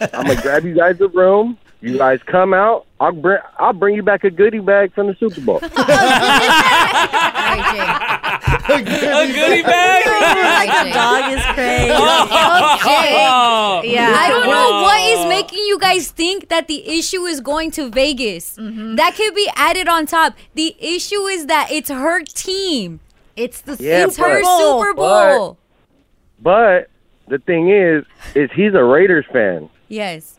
I'm gonna grab you guys a room. You guys come out. I'll bring I'll bring you back a goodie bag from the Super Bowl. Oh, a goodie bag? like the dog is crazy. Oh. Okay. Yeah. I don't know Wow. what is making you guys think that the issue is going to Vegas. That could be added on top. The issue is that it's her team. It's the it's her Super Bowl. But, but the thing is, is he's a Raiders fan. Yes.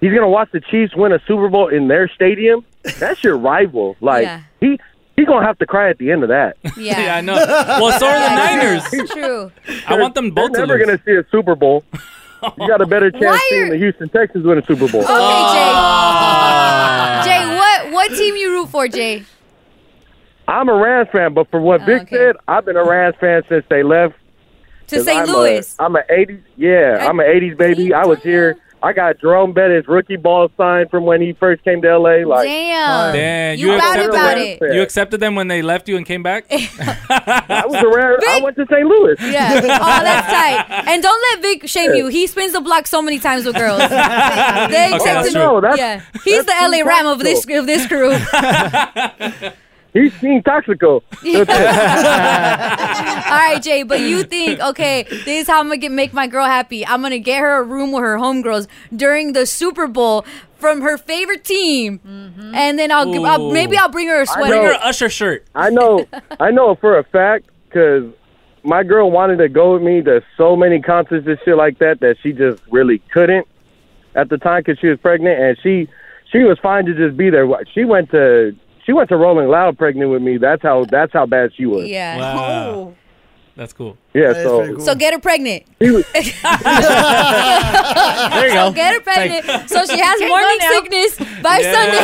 He's gonna watch the Chiefs win a Super Bowl in their stadium. That's your rival. Like Yeah. he he gonna have to cry at the end of that. Yeah. I know. Well, so are the Niners. It's true. I want them both They're to never lose. gonna see a Super Bowl. You got a better chance seeing the Houston Texans win a Super Bowl. Ah. Jay, what what team you root for, Jay? I'm a Rams fan, but for what Vic said, I've been a Rams fan since they left. To 'Cause St. I'm a- Louis. I'm an '80s, yeah, I, am an '80s baby. I was here. I got Jerome Bettis rookie ball signed from when he first came to LA. Like, um, Damn. Damn, You bad accepted about them- it. You accepted them when they left you and came back. I was around. I went to St. Louis. Yeah. Oh, that's tight. And don't let Vic shame you. He spins the block so many times with girls. They Okay, accepted that's true. That's- yeah. He's the LA Ram of this of this crew. He's seen Toxico. All right, Jay, but you think, okay, this is how I'm gonna get, make my girl happy. I'm gonna get her a room with her homegirls during the Super Bowl from her favorite team, Mm-hmm. and then I'll, give, I'll Ooh. maybe I'll bring her a sweater. know. Usher shirt. I know, I know for a fact because my girl wanted to go with me to so many concerts and shit like that that she just really couldn't at the time because she was pregnant and she she was fine to just be there. She went to she went to Rolling Loud pregnant with me. That's how that's how bad she was. Yeah. Oh. Wow. Uh, That's cool. Yeah, That is so pretty cool. So get her pregnant. There you so go. Get her pregnant. Like- so she has Can't go morning sickness by Sunday.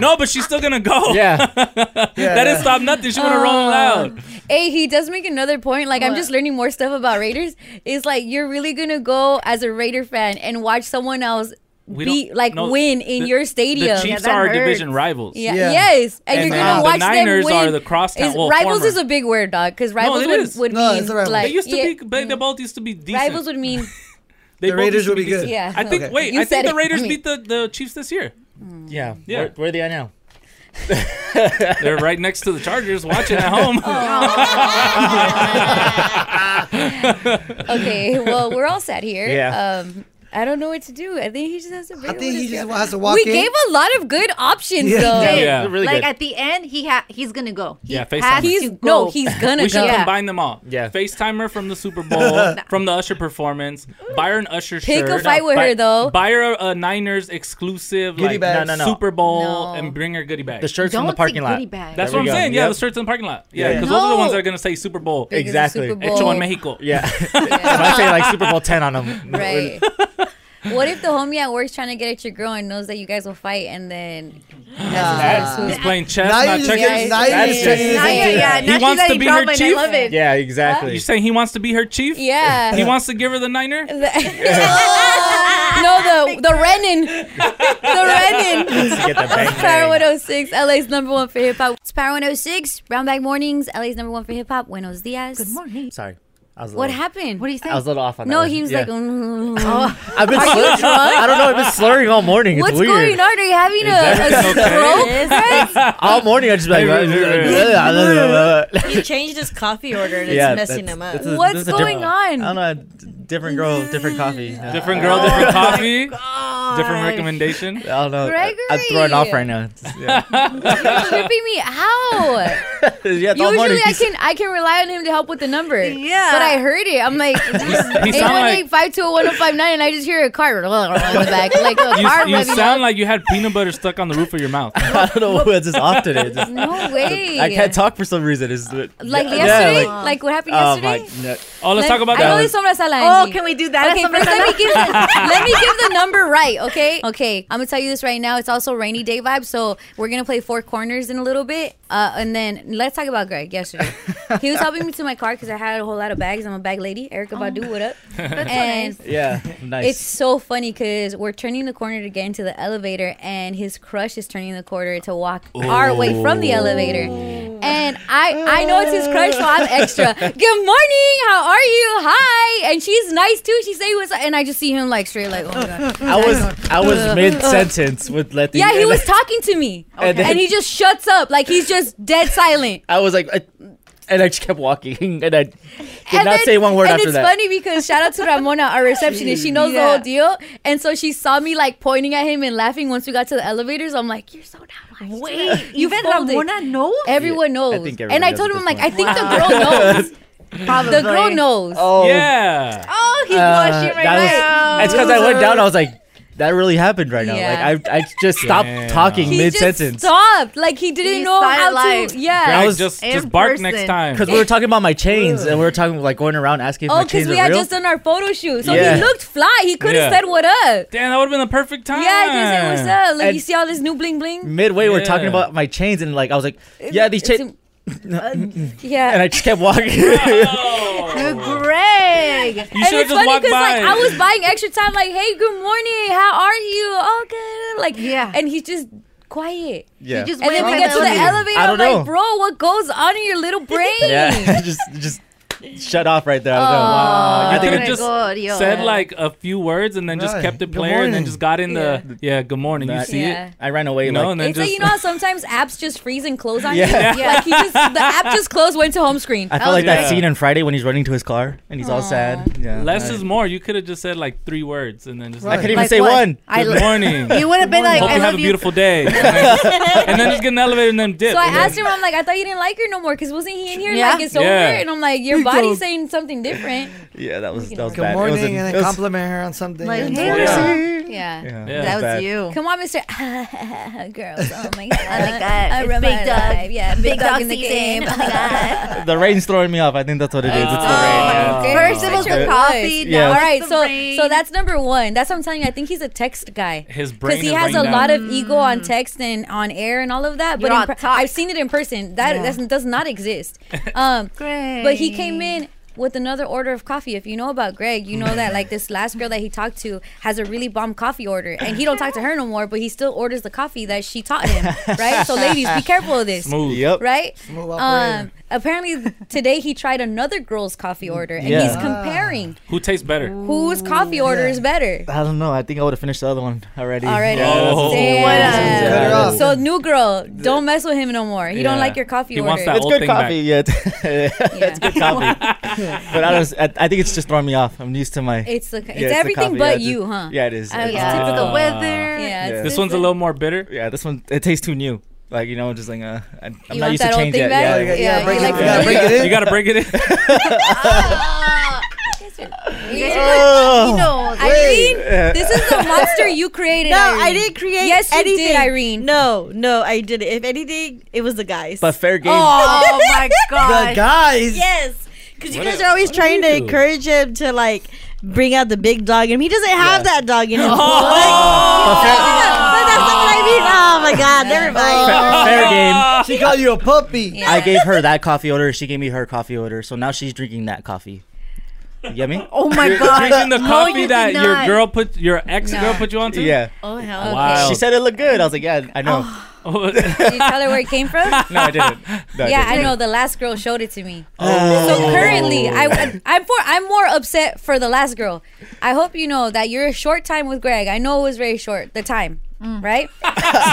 no, but she's still gonna go. Yeah. that didn't stop nothing. She Oh, wanna roll loud. hey, he does make another point. Like I'm What? just learning more stuff about Raiders. It's like you're really gonna go as a Raider fan and watch someone else We beat don't- like no, win in the- your the stadium. Chiefs Yeah, that are our division hurts. rivals. Yeah. Yeah. Yes, and, And you're the- gonna the watch Niners them win. are the crosstown- Is- well, rivals former. is a big word, dog. Because rivals it would, is. would No, mean it's a rival. like They used to yeah, be- they, they both used to be decent. rivals would mean They The both Raiders used to would be good. decent. Yeah. I think. Okay. Wait, You I said think the it. Mm. Raiders Me. beat the, the Chiefs this year. Yeah. Yeah. Where, where are they at now? They're right next to the Chargers, watching at home. Oh. okay. Well, we're all set here. Yeah. Um, I don't know what to do. I think he just has to. I think he just has to walk We in. gave a lot of good options Yeah. though. Yeah, yeah. They're really like good. at the end, he ha- he's gonna go. He Yeah, has FaceTime. to go. no, he's gonna we should go. combine them all. Yeah. FaceTimer from the Super Bowl, from the Usher performance. Buy her an Usher Pick a shirt. fight with buy, her, though. Buy her a, a Niners exclusive Goodie like, bags. No, no, no. Super Bowl No. and bring her goodie bag. The shirts from Don't the say parking lot. goodie bags. That's what There I'm we go. saying. Yeah, Yep. the shirts in the parking lot. Yeah, Yeah. because those are the No. ones that are gonna say Super Bowl. Because it's Exactly. Super Hecho Bowl. en Mexico. Yeah. if I say like Super Bowl 10 on them. Right. what if the homie at work's trying to get at your girl and knows that you guys will fight and then That's who's playing chess, Now not you just checkers. getting- now you That's just it. checking this Now into you're- yeah, it. now he she's wants to letting be drama her and I chief. love it. Yeah, exactly. You saying he wants to be her chief? Yeah. He wants to give her the niner. no the the Renin, the Renin. Get the bang It's Power 106, LA's number one for hip hop. It's Power 106, Brown Bag Mornings, LA's number one for hip hop. Buenos dias. Good morning. Sorry. I was a What little- happened? What do you say? I was a little off on that No, one. he was Yeah. like, mm I've been Are you slurring. drunk? I don't know. I've been slurring all morning. It's What's weird. going on? Are you having a, a stroke? all morning, I just be like, He changed his coffee order and yeah, it's messing him up. that's- that's a- that's a different- I don't know. a Different girl, different coffee. Different girl, Oh different coffee. Different recommendation. I don't know. I'm throwing off right now. It's- yeah. You're tripping me out. Yeah, it's all Usually morning. I can I can rely on him to help with the number. Yeah. But I heard it. I'm like he sound 818 520 and I just hear a car in the back. Like a You, car you revving sound like you had peanut butter stuck on the roof of your mouth. I don't know what's just off today. Just- No way. I can't talk for some reason. It's, uh, like Like yesterday? like what happened yesterday? Oh, let's Let- talk about I know that. there's one. sobrasala. Oh, Angie. can we do that at Okay, first let sobrasala? me give the, let me give the number right. Okay, okay. I'm gonna tell you this right now. It's also rainy day vibe, so we're gonna play four corners in a little bit, uh, and then let's talk about Greg yesterday. he was helping me to my car because I had a whole lot of bags. I'm a bag lady. Erica Badu, what up? and yeah, nice. it's so funny because we're turning the corner to get into the elevator, and his crush is turning the corner to walk our way from the elevator. And I, I know it's his crush, so I'm extra. Good morning, how are you? Hi, and she's nice too. She say what's, and I just see him like straight, like oh my god. I was I was Ugh. mid sentence with Letty. Yeah, he and was talking to me, Okay. and, he just shuts up, like he's just dead silent. I was like, I, and I just kept walking, and I did And not then- say one word and after it's that. funny because shout out to Ramona, our receptionist. She knows the Yeah. whole deal, and so she saw me like pointing at him and laughing. Once we got to the elevators, I'm like, "You're so nice." Wait, you even folded. Ramona knows. Everyone knows. I think and I everybody knows told him, at I'm this like, I think Wow. the girl knows. The girl Probably. knows. Oh. Yeah. Oh, he's Uh, blushing right that was- now. It's because I went down. I was like, that really happened right now. Yeah. Like I, I just stopped Damn. talking He mid just sentence. stopped. Like he didn't He know started how live. to. Yeah. I was Just, In just bark next person. time. Because we were talking about my chains, and we were talking like going around asking if Oh, my because chains were we had real. just done our photo shoot, so Yeah. he looked fly. He could have Yeah. said, "What up?" Damn, that would have been the perfect time. Yeah, he said, "What's up?" uh, Like And- you see all this new bling bling. Midway, we we're talking Yeah. about my chains, and like I was like, yeah, these chains. Yeah. And I just kept walking. Greg. Oh. You should've just walked like by. I was buying extra time, like, hey, good morning, how are you? Oh, good. Like, yeah. And he's just quiet. Yeah. He just and went then we on get the to the elevator. elevator. I I'm don't know. like, bro, what goes on in your little brain? yeah, just just shut off right there. I was like, Oh, wow. You I could think have just said like a few words and then just Right. kept it Good player and then morning. just got in the yeah. Good morning. You That- see Yeah. it? I ran away. You know, like- and then It's just like you know how sometimes apps just freeze and close on Yeah. you. Like he just the app just closed, went to home screen. I felt like that scene on Friday when he's running to his car and he's all sad. Yeah, less I- is more. You could have just said like three words and then just. I couldn't even Like say what? one. I Good lo- morning. You would've been like, Hope I you have love a you. beautiful day. and then just get an elevator and then dip. So I And then- asked him, I'm like, I thought you didn't like her no more because wasn't he in here? Yeah. Like it's Yeah. over, and I'm like, your He body's goes- saying something different. yeah, that was that was Good bad. It was morning, an- and it then was- compliment her on something. Like, and- hey, Yeah. Yeah. Yeah, That that was was bad. you. Come on, Mr. Girls. Oh my god. Oh my God. I It's run big my dog. life. Yeah, big, Big dog, dog in the season. game. Oh my the rain's throwing me off. I think that's what it is. It's the rain. Oh, Yeah. First it was the Yeah. coffee, now Yeah. All right, the so rain. so that's number one. That's what I'm telling you. I think he's a text guy. His Because brain he is has a laying lot down. of ego on text and on air and all of that. But You're in per- I've seen it in person. That Yeah. that's, does not exist. Um, But he came in with another order of coffee. If you know about Greg, you know that like this last girl that he talked to has a really bomb coffee order, and he don't talk to her no more. But he still orders the coffee that she taught him. right. So ladies, be careful of this. Smooth. Yep. Right. Smooth Um, operator. apparently today he tried another girl's coffee order and Yeah. he's comparing Who tastes better? whose coffee order is better. I don't know. I think I would have finished the other one already. Already. Oh. Damn. Cut her off. So new girl, don't mess with him no more. He don't Yeah. like your coffee He order. wants that It's old good thing coffee, back. yeah. it's good coffee. but I, was, I, I think it's just throwing me off. I'm used to my. It's the- it's the everything coffee. but Yeah, it's you, just- huh? Yeah, it is. Oh, it's typical weather. Yeah, it's This one's a little more bitter. Yeah, this one it tastes too new. Like you know, just like uh, I, I'm You not want used that to old change yet. thing back? Yeah, Yeah, you gotta break it- you gotta break it in. You gotta break it in. You Oh. know, Wait. Irene, this is the monster you created. No, Irene. I didn't create Yes, you anything. did, Irene. No, no, I didn't. If anything, it was the guys. But fair game. Oh, my gosh. The guys. Yes, because you What guys a- are always what do you trying to do? encourage him to like bring out the big dog, and he doesn't have that dog in him. Oh. But fair- I mean, oh my god, never mind. fair game. She called you a puppy. I gave her that coffee order. She gave me her coffee order. So now she's drinking that coffee. You get me? Oh my You're God. Drinking the No, coffee you did that your not. girl put, your ex No. girl put you onto. Yeah. Oh hell. Oh. Wow. She said it looked good. I was like, yeah, I know. Did you tell her where it came from? no, I didn't. No, yeah, I I didn't. know. The last girl showed it to me. Oh. So currently, I, I'm for I'm more upset for the last girl. I hope you know that your short time with Greg. I know it was very short. The time, right?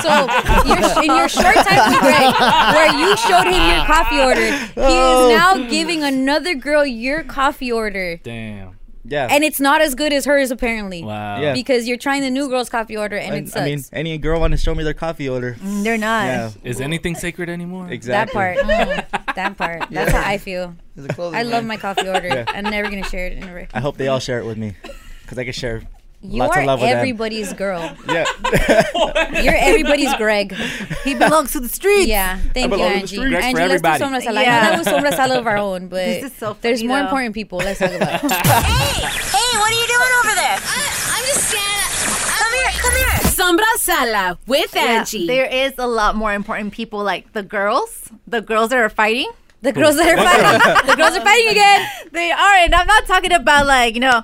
So your, in your short time with Greg, where you showed him your coffee order, he Oh. is now giving another girl your coffee order. Damn. Yeah. And it's not as good as hers apparently. Wow. Yeah. Because you're trying the new girl's coffee order and I, it sucks. I mean, any girl want to show me their coffee order? Mm, they're not. Is anything sacred anymore? that Exactly. part. Mm, that part. That's Yeah. how I feel. It's a clothing I love line. my coffee order. Yeah. I'm never gonna share it. Never. I hope they all share it with me, because I can share You lots are of love with everybody's girl. them. Yeah. You're everybody's Greg. He belongs to the streets. Yeah. Thank you, belong to the Angie. streets. Greg for Angie, let's do everybody. sombras al aire. Yeah. I know that was sombras al of our own, but This is so there's funny, more though. important people. Let's talk about. Hey, what are you doing over there? I, I'm just standing. Come here, come here. Sombra Sala with Yeah, Angie. there is a lot more important people, like the girls. The girls that are fighting. The girls that are fighting. the girls are fighting again. They are, and I'm not talking about like you know,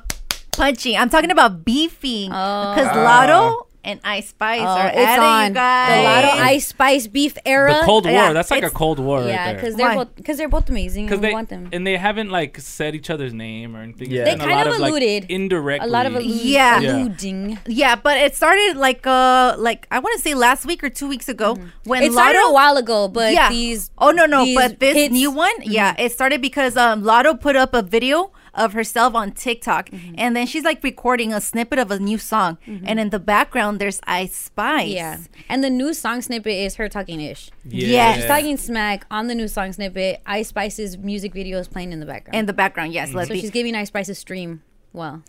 punching. I'm talking about beefing because Oh. Lotto and Ice Spice Oh, are it's at on. it, you The guys. Lotto Ice Spice beef era. The Cold War. Yeah, That's like a it's- Cold War right Yeah, there. because they're both because they're both amazing. and Because we they want them. and they haven't like said each other's name or anything. Yeah. It's They been a kind lot of like, alluded. indirectly. A lot of allu- Yeah. alluding. Yeah, but it started like uh like I want to say last week or two weeks ago when Mm-hmm. It started Lotto- a while ago, but yeah. these oh no no these but this hits- Mm-hmm. new one yeah it started because um Lotto put up a video of herself on TikTok Mm-hmm. and then she's like recording a snippet of a new song and in the background there's Ice Spice Yeah. And the new song snippet is her talking ish. Yeah. Yes. She's talking smack on the new song snippet. Ice Spice's music video is playing in the background. In the background, yes, let So be- she's giving Ice Spice a stream. Well,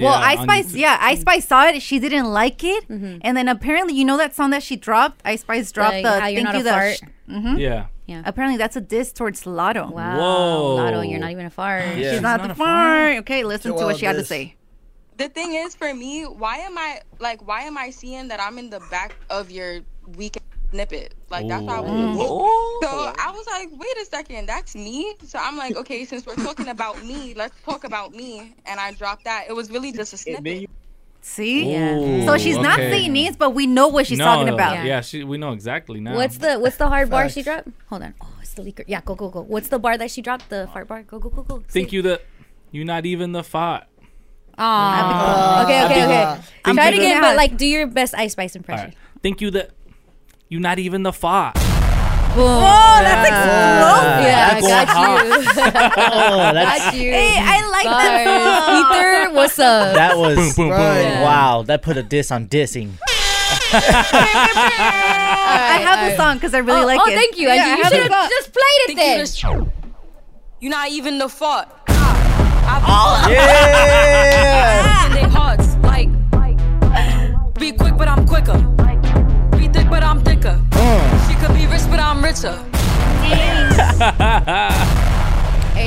Well, Ice Spice, yeah, Ice Spice saw it. She didn't like it, Mm-hmm. and then apparently, you know that song that she dropped. Ice Spice dropped the, How You're thank Not you a the Fart. sh- mhm. Yeah. Yeah. Apparently, that's a diss towards Lotto. Wow. Whoa. Lotto, you're not even a fart. She's, not, the fart. Okay, listen Joelle to what she had to diss. say. the thing is for me why am i like why am i seeing that i'm in the back of your weekend snippet like that's how i was Ooh. so i was like wait a second that's me so i'm like okay since we're talking about me let's talk about me and i dropped that it was really just a snippet See, Ooh, so she's not okay. saying needs, but we know what she's No, talking about. Yeah, she, we know exactly now. What's the what's the hard bar she dropped? Hold on. Oh, it's the leaker. Yeah, go go go. What's the bar that she dropped? The fart bar. Go go go go. Think you the you not even the fart. Aw. Ah. okay, okay, Ah. okay. I'm Try it thinking- again, but like, do your best Ice Spice All impression. right. Think you the you not even the fart. Whoa, that's explosive. Yeah, I That's got going you. Oh, Oh, got you. Hey, I like that Ether, what's up? That was Yeah. wow. That put a diss on dissing. I have the song because I really Oh, like oh, it. thank you, Angie. You should've just played it then. you're not even the fuck oh, yeah and they hearts like be quick but i'm quicker be thick but i'm thicker she could be rich but i'm richer Hey,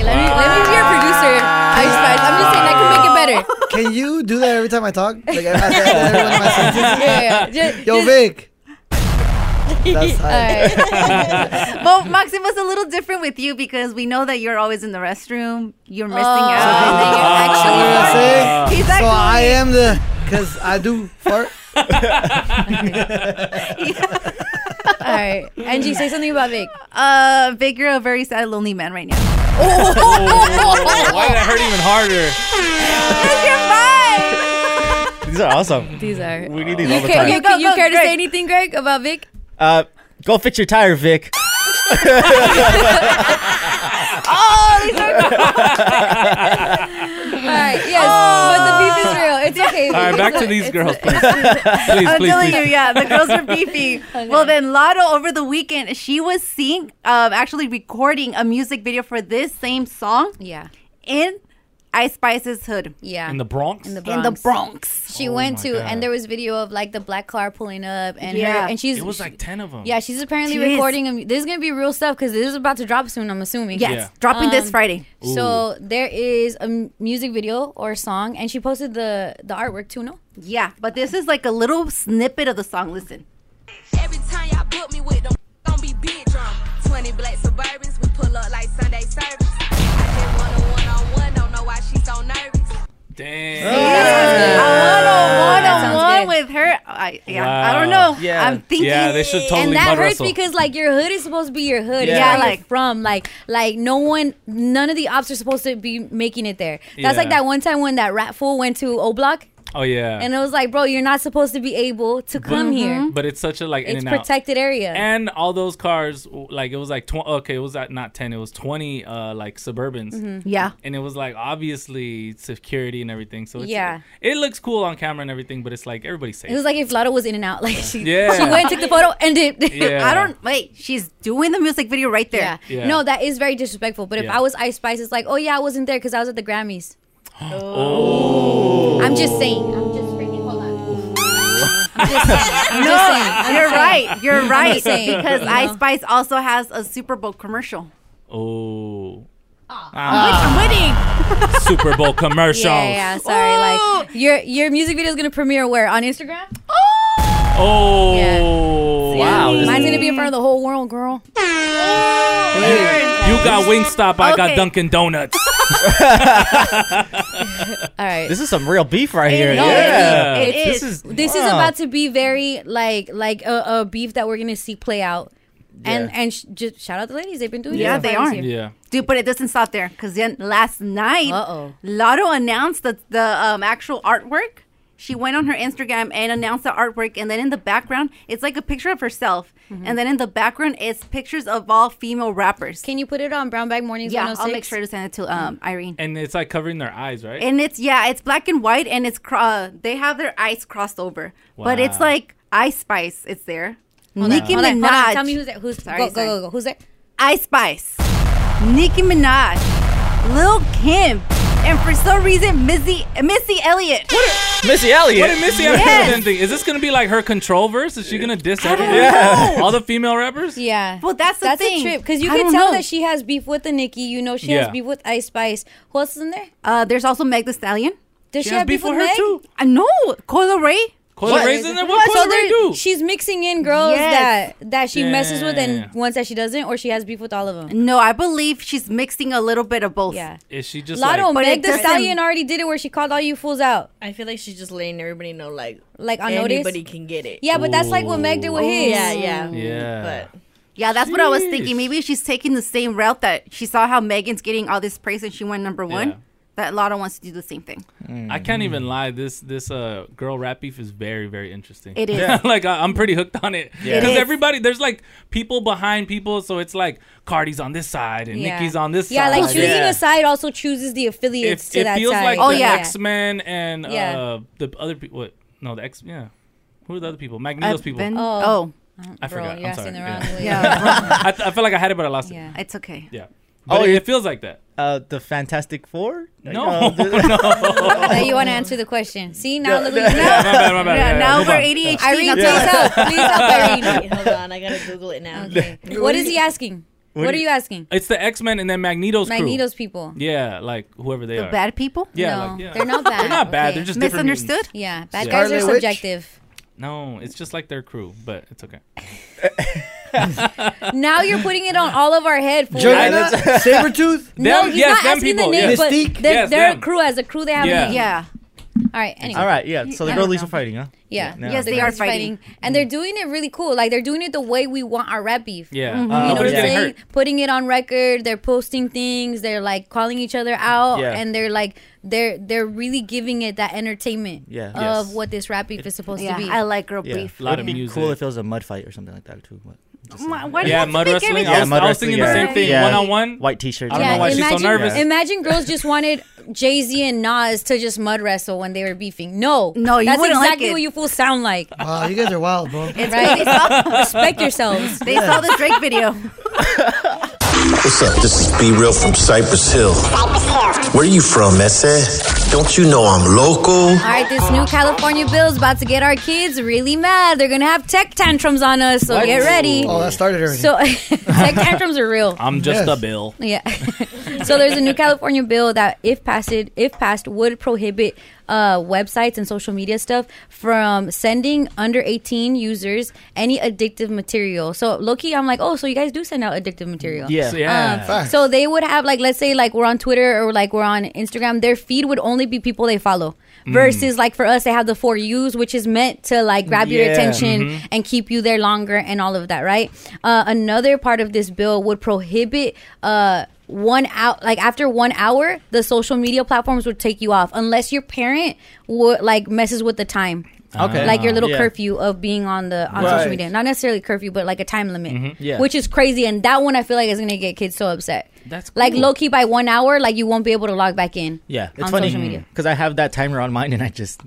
let me let me be your Ah. producer, Ice Spice. I'm just saying I can make it better. Can you do that every time I talk? Like, I, I, every one of my sentences? Yeah, yeah. Ju- Yo, just- Vic. That's All high. well, Maxim was a little different with you because we know that you're always in the restroom. You're missing Oh. out. So Ah. Actually, I he's so I actually- am the, because I do fart. All right, Angie, say something about Vic. Uh, Vic, you're a very sad, lonely man right now. Oh, why did that hurt even harder? These are awesome. These are. We need these You all the care, time. you, you care to say anything, Greg, about Vic? Uh, go fix your tire, Vic. Oh, these are. All right, yes, but the beef is real. It's okay. All right, back to these girls, please. Please, I'm please, telling please. you, yeah, the girls are beefy. Well, then Lotto over the weekend, she was seeing, um, actually recording a music video for this same song. Yeah. In Ice Spice's hood. Yeah. In the Bronx? In the In Bronx. the Bronx. She Oh went my to, God. and there was video of like the black car pulling up, and yeah, Yeah. and she's It was she- like oh. 10 of 'em. Yeah, she's apparently Jeez. recording. A, this is gonna be real stuff because this is about to drop soon. I'm assuming. Um, Yes, Yeah. dropping this Friday. So there is a m- music video or song, and she posted the the artwork too. No. Yeah, but this is like a little snippet of the song. Listen. Every time y'all book me with them, gon' be big drunk. 20 black Suburbans, we pull up like Sunday service. I just want a one-on-one, don't know why she's so nervous. Damn. One on Oh, sounds one with her. I, yeah, I don't Wow. know. I'm thinking. Yeah, they should totally and that mud hurts wrestle. because like your hood is supposed to be your hood. Yeah. Yeah, Like- like from like like no one, none of the ops are supposed to be making it there. That's like Yeah. that one time when that rat fool went to O Block, Oh yeah. and it was like, bro, you're not supposed to be able to But- come here. But it's such a like in It's and out. protected area. And all those cars, w- like it was like twenty. Okay, it was at not ten. It was twenty, uh, like Suburbans. Mhm. Yeah. And it was like obviously security and everything. So it's, Yeah. it looks cool on camera and everything, but it's like everybody's safe. It was like if Lotto was in and out, like she, Yeah. she went, took the photo, and did. Yeah. I don't wait. She's doing the music video right there. Yeah. Yeah. No, that is very disrespectful. But if Yeah. I was Ice Spice, it's like, oh yeah, I wasn't there because I was at the Grammys. oh. I'm just saying. I'm just freaking. Hold on. I'm just saying. I'm no, just saying. I'm you're just saying. right. You're I'm right. just saying, because you know? Ice Spice also has a Super Bowl commercial. Oh. I'm Ah. winning. Super Bowl commercials. Yeah, yeah. Sorry, like your your music video is gonna premiere where on Instagram? Oh. Wow. this Mine's is- gonna be in front of the whole world, girl. You got Wingstop. I got Okay. Dunkin' Donuts. All right. This is some real beef right here. No, yeah. it is. This is, this is wow. about to be very like like a, a beef that we're gonna see play out. And and sh- just shout out the ladies. They've been doing Yeah, it. they are. Yeah. Dude, but it doesn't stop there because then last night, Uh-oh. Lotto announced the, the um, actual artwork. She went on her Instagram and announced the artwork, and then in the background, it's like a picture of herself, Mm-hmm. and then in the background, it's pictures of all female rappers. Can you put it on Brown Bag Mornings? Yeah, I'll 106? make sure to send it to um, Mm-hmm. Irene. And it's like covering their eyes, right? And it's yeah, it's black and white, and it's cro- uh, they have their eyes crossed over, but it's Wow. like Ice Spice. It's there. Hold on, Nicki hold on, Minaj. hold on. Tell me who's there. Who's Sorry, go, go, sorry. go, go. Who's there? Ice Spice, Nicki Minaj, Lil Kim, and for some reason Missy Missy Elliott. Missy Elliott. What did Missy Elliott do Yes. then think? Is this gonna be like her control verse? Is she gonna diss everyone? know. All the female rappers? Yeah. Well, that's the that's thing. a trip because you I can don't tell know. that she has beef with the Nikki. You know she Yeah. has beef with Ice Spice. Who else is in there? Uh, there's also Meg The Stallion. Does she, have beef, with Meg? I know. Uh, Coil Ray. Coil What? Ray's in there? What Coil Ray so there- do? She's mixing in girls Yes. that that she messes with and Damn. ones that she doesn't, or she has beef with all of them. No, I believe she's mixing a little bit of both. Yeah. Is she just Lotto like Meg it the doesn't- Stallion already did it where she called all you fools out. I feel like she's just letting everybody know, like, Like, on notice? anybody can get it. Yeah, but that's like what Meg did with his. Yeah, yeah. Yeah. Yeah, that's what I was Sheesh. thinking. Maybe she's taking the same route that she saw how Megan's getting all this praise and she went number one. Yeah. That Lotto wants to do the same thing. I can't even lie. This this uh girl rap beef is very very interesting. It is. Yeah. like I, I'm pretty hooked on it Yeah. It because is. everybody there's like people behind people, so it's like Cardi's on this side and Yeah. Nicki's on this Yeah, Oh, side. like choosing a side also chooses the affiliates It, to it that feels side. like the X Men and Yeah. uh the other people. What? No, the X. Yeah. Who are the other people? Magneto's people. been- Oh. oh. I Bro, forgot. you're I'm asking sorry. the yeah. wrong way. Yeah. I, th- I felt like I had it, but I lost it. It's okay. Yeah. But Oh, it, you- it feels like that. Uh, the Fantastic Four? uh, No, Now you want to answer the question. See now, look at Yeah, my bad, my bad, yeah, now move we're on. ADHD. Irene, now please tell us. help. Please help, Irene. Hold on, I gotta Google it now. What is he asking? What What, do are you- you asking? It's the X Men and then Magneto's crew. Magneto's people. Yeah, like whoever they are. Bad people? Yeah, no, like, yeah. they're not bad. They're not bad. They're just different mutants. Misunderstood? Yeah, bad Yeah. guys are Scarlet Witch? subjective. No, it's just like their crew, but it's okay. now you're putting it on all of our head. Fool. Juggernaut? Sabretooth? No, Them- he's yes, not them asking people, the name, yes. but Mystique? they're, Yes, they're a them. crew as a crew. They have Yeah. a name. Yeah. All right. Anyway. All right, yeah. So the I girl don't leaves are know. fighting, huh? Yeah. No. The girls and Mm-hmm. they're doing it really cool. Like they're doing it the way we want our rap beef. Yeah. you Mhm. know Uh, what I'm nobody's getting saying? hurt. Putting it on record. They're posting things. They're like calling each other out, Yeah. and they're like they're they're really giving it that entertainment Yeah. of Yes. what this rap beef is supposed Yeah, to be. I like girl Yeah. beef. A lot of music. Cool if it was a mud fight or something like that too. But Why do you Yeah, have to mud make wrestling. everything- I was, I was thinking the same thing. Yeah. One on one. White t-shirts. I don't know why she's so nervous. Imagine girls just wanted Jay Z and Nas to just mud wrestle when they were beefing. No, no, you that's wouldn't like exactly it. what you fools sound like. Wow, you guys are wild, bro. Right? Respect yourselves. They saw the Drake video. What's up? This is Be Real from Cypress Hill. Where you from, Ese? Don't you know I'm local? All right, this new California bill is about to get our kids really mad. They're gonna have tech tantrums on us, so What? get ready. Oh, that started already. So tech tantrums are real. I'm just Yes. a bill. Yeah. so there's a new California bill that, if passed, if passed, would prohibit uh, websites and social media stuff from sending under 18 users any addictive material. So low key, I'm like, oh, so you guys do send out addictive material? Um, Yeah. So, yeah. Facts. so they would have like, let's say, like we're on Twitter or like we're on Instagram. Their feed would only be people they follow. Mm. Versus like for us, they have the for yous, which is meant to like grab your Yeah. attention Mhm. and keep you there longer and all of that, right? Uh, another part of this bill would prohibit uh, one out like after one hour, the social media platforms would take you off unless your parent would like messes with the time. Ah. Okay. like your little Yeah. curfew of being on the on social Right. media, not necessarily curfew, but like a time limit, Mhm. Yeah. which is crazy. And that one I feel like is gonna get kids so upset. That's Like cool. low key by one hour, like you won't be able to log back in. Yeah, it's on funny social media. because I have that timer on mine and I just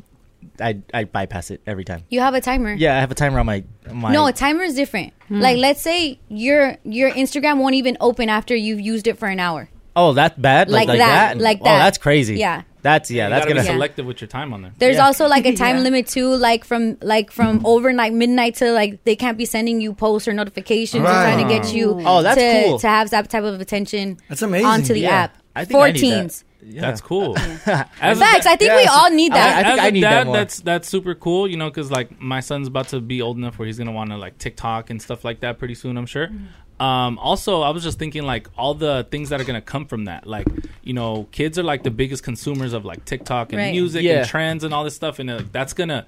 I I bypass it every time. You have a timer. Yeah, I have a timer on my my. No, a timer is different. Hmm. Like let's say your your Instagram won't even open after you've used it for an hour. oh, that bad. Like, like like that, that. like oh, that. that's crazy. Yeah. That's yeah. You that's gotta gonna be selective with your time on there. There's Yeah. also like a time Yeah. limit too, like from like from overnight midnight to like they can't be sending you posts or notifications or trying to get Right. you Oh, that's to, cool. to have that type of attention That's amazing. onto the Yeah. app. I think For I need that. teens. That's cool. As a Facts, da- I think we all need that. As a need dad, that more. That's that's super cool, you know, because like my son's about to be old enough where he's gonna want to like TikTok and stuff like that pretty soon, I'm sure. Mm-hmm. Um, also, I was just thinking like all the things that are gonna come from that, like you know, kids are like the biggest consumers of like TikTok and Right. music Yeah. and trends and all this stuff, and uh, that's gonna.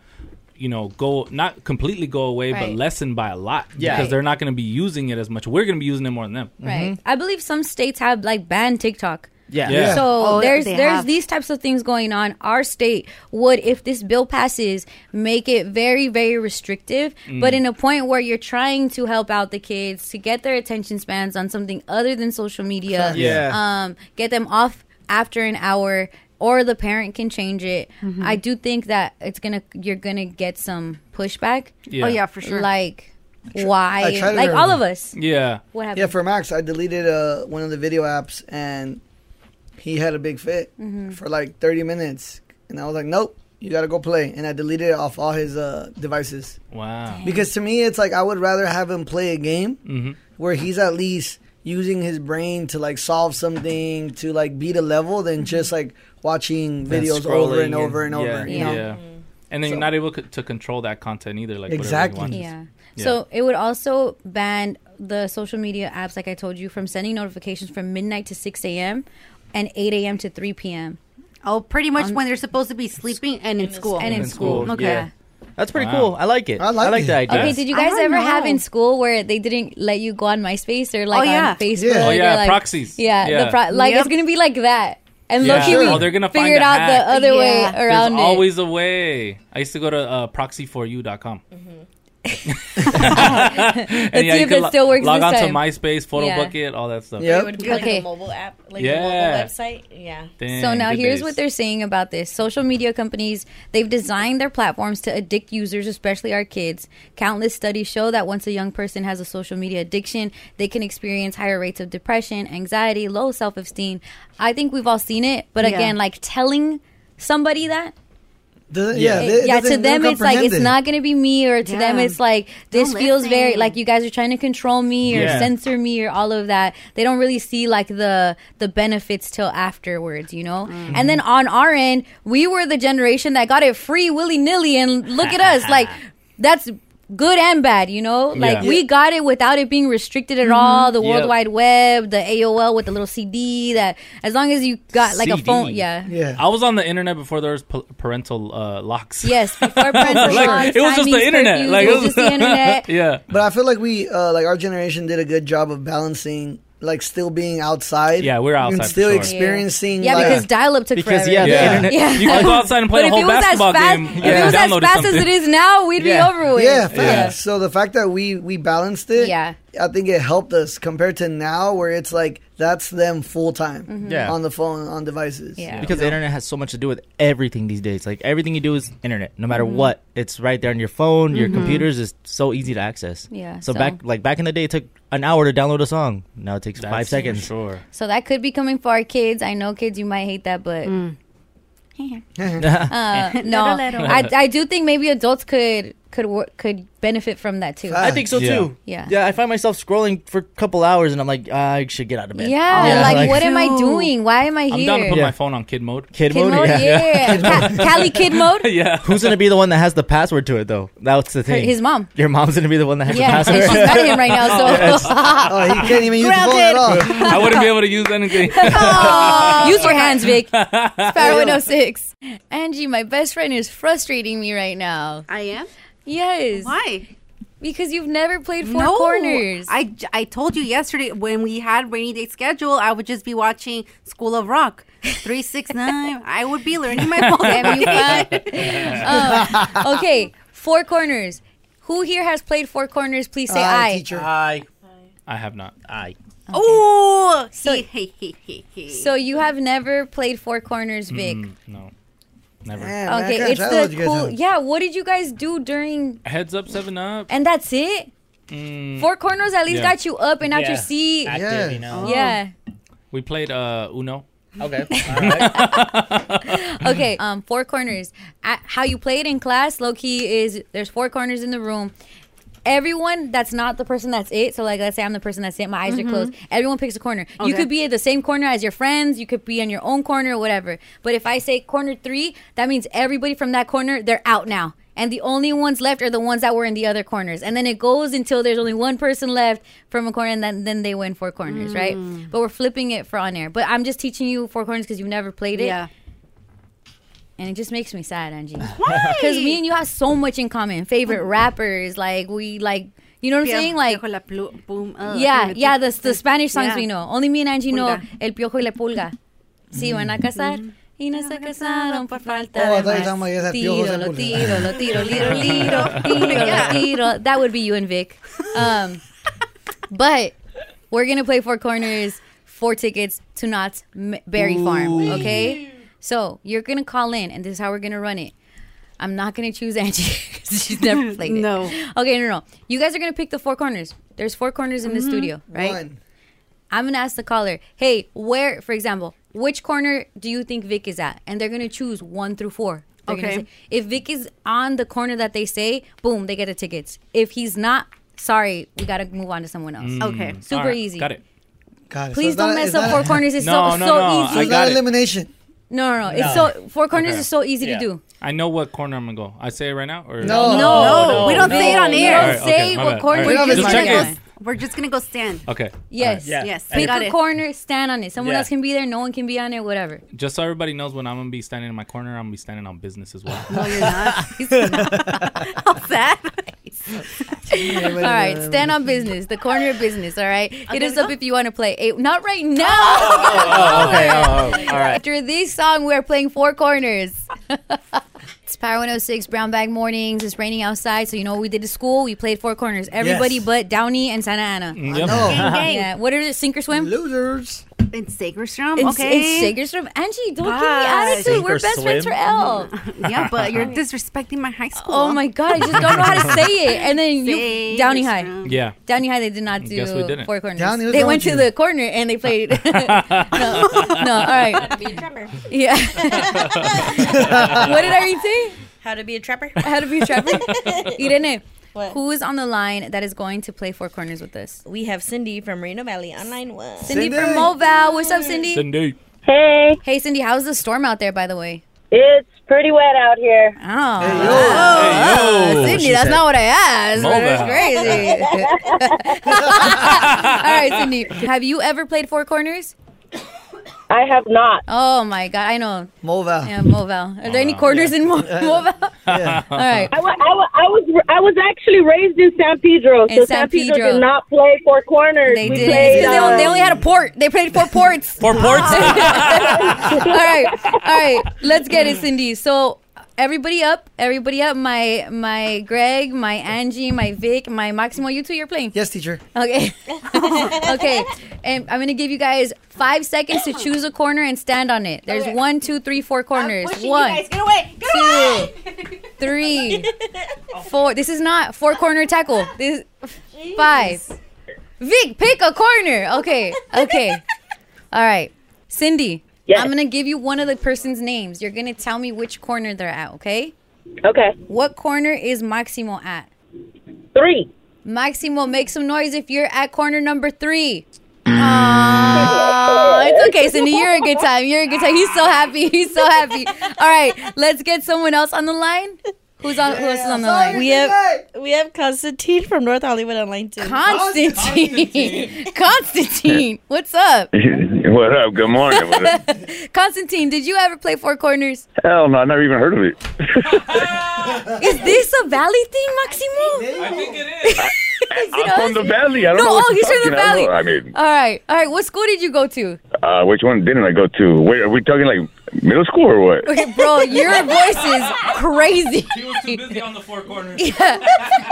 You know, go not completely go away, Right. but lessen by a lot Yeah. because Right. they're not going to be using it as much. We're going to be using it more than them. Right. I believe some states have like banned TikTok. Yeah. Yeah. So Oh, there's they there's have. these types of things going on. Our state would, if this bill passes, make it very very restrictive, Mm. but in a point where you're trying to help out the kids to get their attention spans on something other than social media. Yeah. Um, get them off after an hour, or the parent can change it. Mm-hmm. Mhm. I do think that it's gonna you're gonna get some pushback. Yeah. Oh, yeah, for sure. Like I why? tried it Like all of already. us. Yeah. What happened? Yeah, for Max, I deleted uh, one of the video apps and he had a big fit Mhm. for like 30 minutes. And I was like, nope, you got to go play. And I deleted it off all his uh, devices. Wow. Because to me, it's like I would rather have him play a game Mhm. where he's at least using his brain to like solve something, to like beat a level Mm-hmm. than just like watching Than videos over scrolling and over and yeah, over. You know? yeah. Mm. And then you're not able c- to control that content either. Like whatever you Exactly. want. Yeah. So it would also ban the social media apps, like I told you, from sending notifications from midnight to 6 a.m. and 8 a.m. to 3 p.m. Oh, pretty much On- when they're supposed to be sleeping and in school. And in school. Okay. Yeah. That's pretty Wow. cool. I like it. I like, the idea. Okay, did you guys I don't ever have know. in school where they didn't let you go on MySpace or like Oh, yeah. on Facebook? Yeah. Oh, or, yeah, like, proxies. Yeah, Yeah. The pro- like Yep. it's gonna be like that. And Yeah. look, we Oh, they're gonna find figured a out hack. the other Yeah. way around There's it. always a way. I used to go to uh, proxy4u.com. and Let's Mm-hmm. see if could it still works Log this on to time. MySpace, Photo Yeah. Bucket, all that stuff. It would be like Okay. a mobile app, like a Yeah. mobile website. Yeah. so Dang, now good here's days. what they're saying about this social media companies they've designed their platforms to addict users especially our kids countless studies show that once a young person has a social media addiction they can experience higher rates of depression anxiety low self-esteem i think we've all seen it but Yeah. again like telling somebody that Doesn't- yeah, it- they- it yeah. To doesn't- they them, don't it's like comprehend it's it. not gonna be me, or to them, Yeah. it's like this Don't feels very listen. like you guys are trying to control me or Yeah. censor me or all of that. They don't really see like the the benefits till afterwards, you know. Mm-hmm. And then on our end, we were the generation that got it free willy nilly, and look at us, like that's good and bad, you know? Like Yeah. we got it without it being restricted at Mm-hmm. Mhm. all. The Yep. World Wide Web, the AOL with the little CD that as long as you got like a CD. phone, yeah. I was on the internet before there was pa- parental uh, locks. Yes, before Like, parents it was just the internet. Like it was yeah. But I feel like we, uh, like our generation, did a good job of balancing, like still being outside. Yeah, we're outside And for still sure. experiencing. Yeah, like- because dial-up took Because, forever. yeah, the Yeah. internet- you could go outside and play But a if whole it was as basketball fast- game If and it was as downloaded fast as something. it is now, we'd Yeah. be over with. Yeah, facts. So the fact that we we balanced it, yeah, I think it helped us compared to now where it's like that's them full time, Mhm. Yeah. on the phone on devices. Yeah, Because the internet has so much to do with everything these days. Like everything you do is internet, no matter Mhm. Mm-hmm. what. It's right there on your phone, your Mhm. computers. It's so easy to access. Yeah, So, so- back like back in the day, it took an hour to download a song. Now it takes five for seconds. Sure. So that could be coming for our kids. I know kids, you might hate that, but Mm. uh, no, Little, little. I, I do think maybe adults could could wor- could benefit from that too. I think so too. Yeah. Yeah. I find myself scrolling for a couple hours, and I'm like, I should get out of Yeah, bed. like, what am I doing? Why am I here? I'm down to put Put Yeah. my phone on kid mode. Kid, Kid mode, yeah. Ca- Cali kid mode. yeah. Who's gonna be the one that has the password to it though? That's the thing. his mom. Your mom's gonna be the one that has Yeah, the password. she's mad at him right now. So Yes. oh, he can't even use the phone at all. I wouldn't be able to use anything. Use your hands, Vic. Sparrow 106. Angie, my best friend is frustrating me right now. I am? Yes. Why? Because you've never played Four No, Corners. I, j- I told you yesterday when we had rainy day schedule, I would just be watching School of Rock. 369. I would be learning my Um, phone. okay, Four Corners. Who here has played Four Corners? Please Uh, say I, I. teacher. I. I have not. I. Oh, So, so you have never played Four Corners, Mm. Vic. no. Never. okay, it's the cool. Yeah, what did you guys do during? Heads up, seven up. And that's it. Mm, Four Corners at least yeah. got you up and out Yeah. your seat. Active, yeah. you know. Yeah. We played uh Uno. Okay. okay um four corners I, how you play it in class low key is there's four corners in the room everyone that's not the person that's it so like let's say i'm the person that's it my eyes Mhm. are closed everyone picks a corner you Okay. could be at the same corner as your friends you could be on your own corner whatever but if i say corner three that means everybody from that corner they're out now and the only ones left are the ones that were in the other corners and then it goes until there's only one person left from a corner and then, then they win four corners right Mm. but we're flipping it for on air but i'm just teaching you four corners because you've never played it Yeah. and it just makes me sad, Angie. Why? Because me and you have so much in common. Favorite rappers, like we like, you know what I'm Pio- saying? Like, Piojo la plu- boom, uh, yeah, pum, yeah. The the Spanish songs Yeah. we know. Only me and Angie know Pulga. El Piojo y la Pulga. Si van a casar. Y no se casaron por falta Oh, I de thought you were más. talking about you had Tiro, Piojos and lo Pulgas. tiro, lo tiro, liro, liro, tiro, lo tiro. That would be you and Vic. Um, but we're gonna play Four Corners, four tickets to Knott's M- Berry Farm. Ooh. Okay, so you're gonna call in, and this is how we're gonna run it. I'm not gonna choose Angie 'cause she's never played it. No. Okay, no, no. You guys are gonna pick the four corners. There's four corners in the Mhm. studio, right? One. I'm gonna ask the caller, hey, where, for example, which corner do you think Vic is at? And they're gonna choose one through four. They're gonna Okay. say- if Vic is on the corner that they say, boom, they get the tickets. If he's not, sorry, we gotta move on to someone else. Mm, all Super right, easy. Got it. God, Please don't mess up four corners. It's No, so no, so no, easy. I got it. elimination. No, no, no. Uh, It's No. so four corners Okay. is so easy Yeah. to do. I know what corner I'm gonna go. I say it right now, or No. No, No, no, we don't no, say it on no. air. All right, We don't say my what bad. corner All right, we're just gonna checking. go. We're just gonna go stand. Okay. Yes. All right. Yes. I Pick got a it. corner, stand on it. Someone Yeah. else can be there. No one can be on it. Whatever. Just so everybody knows, when I'm gonna be standing in my corner, I'm gonna be standing on business as well. No, you're not. How sad. all right, stand on business, the corner of business. All right, hit us up if you want to play. Eight, not right now. Oh, okay, oh, oh, all right. After this song, we're playing Four Corners. it's Power 106 Brown Bag Mornings. It's raining outside, so you know what we did to school. We played Four Corners. Everybody Yes. but Downey and Santa Ana. Mm, yep. I know. Gang, gang. Yeah. What are it? Sink or swim? Losers. In Sagerstrom, In, okay. in Sagerstrom. Angie, don't Bye. give me attitude. We're Sink best or friends swim? forever. yeah, but you're disrespecting my high school. Oh my god, I just don't know how to say it. And then you Downey High. Yeah. Downey High they did not do Guess we didn't. four corners. Downey, who's they wrong went with to you? the corner and they played no, no, all right. Yeah. what did I read say? How to be a trapper? How to be a trapper? Irene, What? who is on the line that is going to play four corners with us? We have Cindy from Reno Valley on line one. Cindy, from Moval. What's up, Cindy? Cindy. Hey. Hey Cindy, how's the storm out there by the way? It's Pretty wet out here. Oh, wow. yo. Sydney, She Ah, that's said- not what I asked. But Mobile. it's crazy. All right, Sydney, have you ever played Four Corners? I have not. Oh my god, I know. Mobile. Yeah, Mobile. Are there Oh, any corners in Mo- Mobile? All right. I, wa- I, wa- I was I was actually raised in San Pedro, In so San San Pedro, Pedro. did not play Four Corners. They we did. they, played. only- they um, only had a port. They played four ports. Four ports. all right, all right. Let's get it, Cindy. So everybody up, everybody up. My my Greg, my Angie, my Vic, my Maximo. You two, you're playing. Yes, teacher. Okay. okay. And I'm gonna give you guys five seconds to choose a corner and stand on it. There's Okay. one, two, three, four corners. pushing you One, guys. Get away. Get two, away. three, four. This is not four corner tackle. This five. Vic, pick a corner. Okay. Okay. All right. Cindy, I'm gonna give you one of the person's names. You're gonna tell me which corner they're at, okay? Okay. What corner is Maximo at? Three. Maximo, make some noise if you're at corner number three. Aw, it's okay, Cindy. You're a good time. You're a good time. He's so happy. He's so happy. All right, let's get someone else on the line. Who's on? Who else is on the line? We have we have Constantine from North Hollywood online too. Constantine. Constantine, what's up? what up? Good morning. What up? Constantine, did you ever play Four Corners? Hell no, I never even heard of it. Is this a valley thing, Maximo? I think it is. I'm from the valley. I don't No, know. What oh, you're he's from the talking. I valley. don't know. I, mean, All right, all right. What school did you go to? uh, which one didn't I go to? Wait, are we talking like middle school or what? Okay, bro, your voice is crazy. He was too busy on the four corners. Yeah.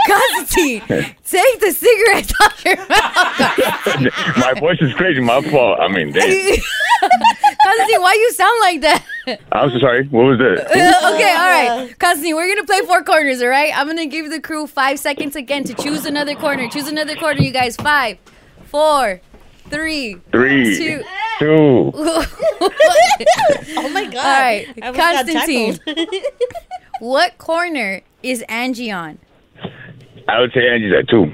Constantine, take the cigarette off your mouth. My voice is crazy. My fault. I mean, damn. Constantine, why you sound like that? I'm so sorry. What was Uh, okay, that? all right. Constantine, we're going to play four corners, all right? I'm going to give the crew five seconds again to choose another corner. Choose another corner, you guys. Five, four, three, Three, two. two. oh my God. All right, I almost got Constantine. what corner is Angie on? I would say Angie's at two.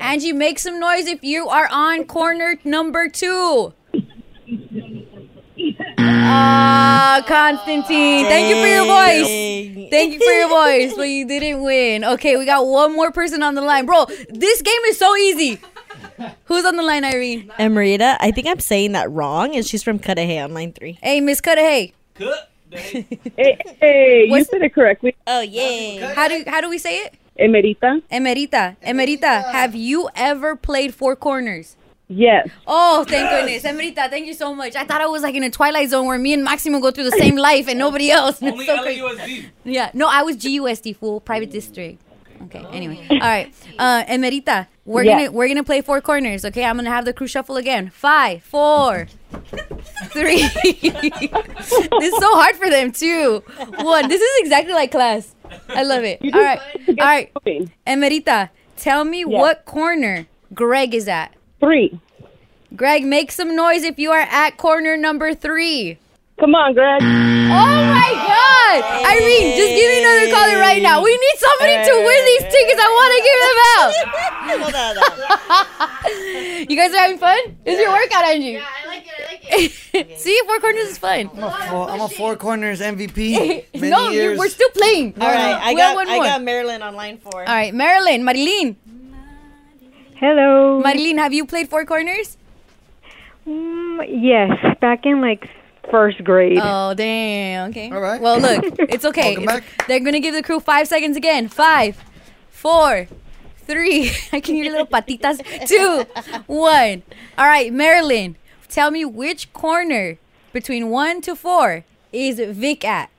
Angie, make some noise if you are on corner number two. Ah, Constantine. Thank you for your voice. Thank you for your voice, but you didn't win. Okay, we got one more person on the line. Bro, this game is so easy. Who's on the line, Irene? Emerita, I think I'm saying that wrong, and she's from Cudahy on line three. Hey, Miss Cudahy. Hey, hey you said it correctly. Oh, yay. How do, how do we say it? Emerita? Emerita. Emerita, have you ever played Four Corners? Yes. Oh, thank goodness. Emerita, thank you so much. I thought I was like in a twilight zone where me and Maximo go through the same life and nobody else. It's so crazy. Yeah. No, I was GUSD fool, private district. Okay. Anyway. All right. Uh Emerita, we're Yeah. gonna we're gonna play four corners, okay? I'm gonna have the crew shuffle again. Five, four, three. this is so hard for them too. One. This is exactly like class. I love it. All right. All right. Emerita, tell me what corner Greg is at. Three. Greg, make some noise if you are at corner number three. Come on, Greg. Oh my God! Irene, just give me another caller right now. We need somebody to win these tickets. I want to give them out. you guys are having fun? Is your workout, Angie? Yeah, I like it. I like it. See, four corners is fun. I'm a four, I'm a four corners MVP. Many no, you- years. we're still playing. All right, I We have Uh, got- one I more. got Maryland on line four. All right, Marilyn, Marilyn. Hello. Marilyn, have you played Four Corners? Mm, yes, back in like first grade. Oh, damn. Okay. All right. Well, look, it's okay. Welcome It's- They're going to give the crew five seconds again. Five, four, three. I can hear little patitas. Two, one. All right, Marilyn, tell me which corner between one to four is Vic at?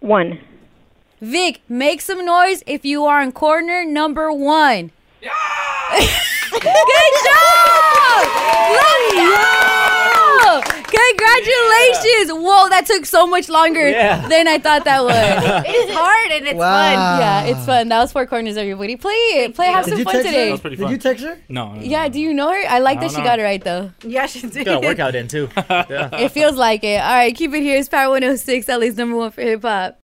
One. Vic, make some noise if you are on corner number one. Good job! Let's go! Congratulations! Whoa, that took so much longer Yeah. than I thought that would. It's hard and it's Wow. fun. Yeah, it's fun. That was four corners, everybody. Play it. Play. Have Did some you fun text today. Her? Did you text her? No. Yeah. Do you know her? I like I that don't she know. got it right though. Yeah, she did. Got a workout in too. Yeah. oh It feels like it. All right, keep it here. It's Power 106, LA's number one for hip hop.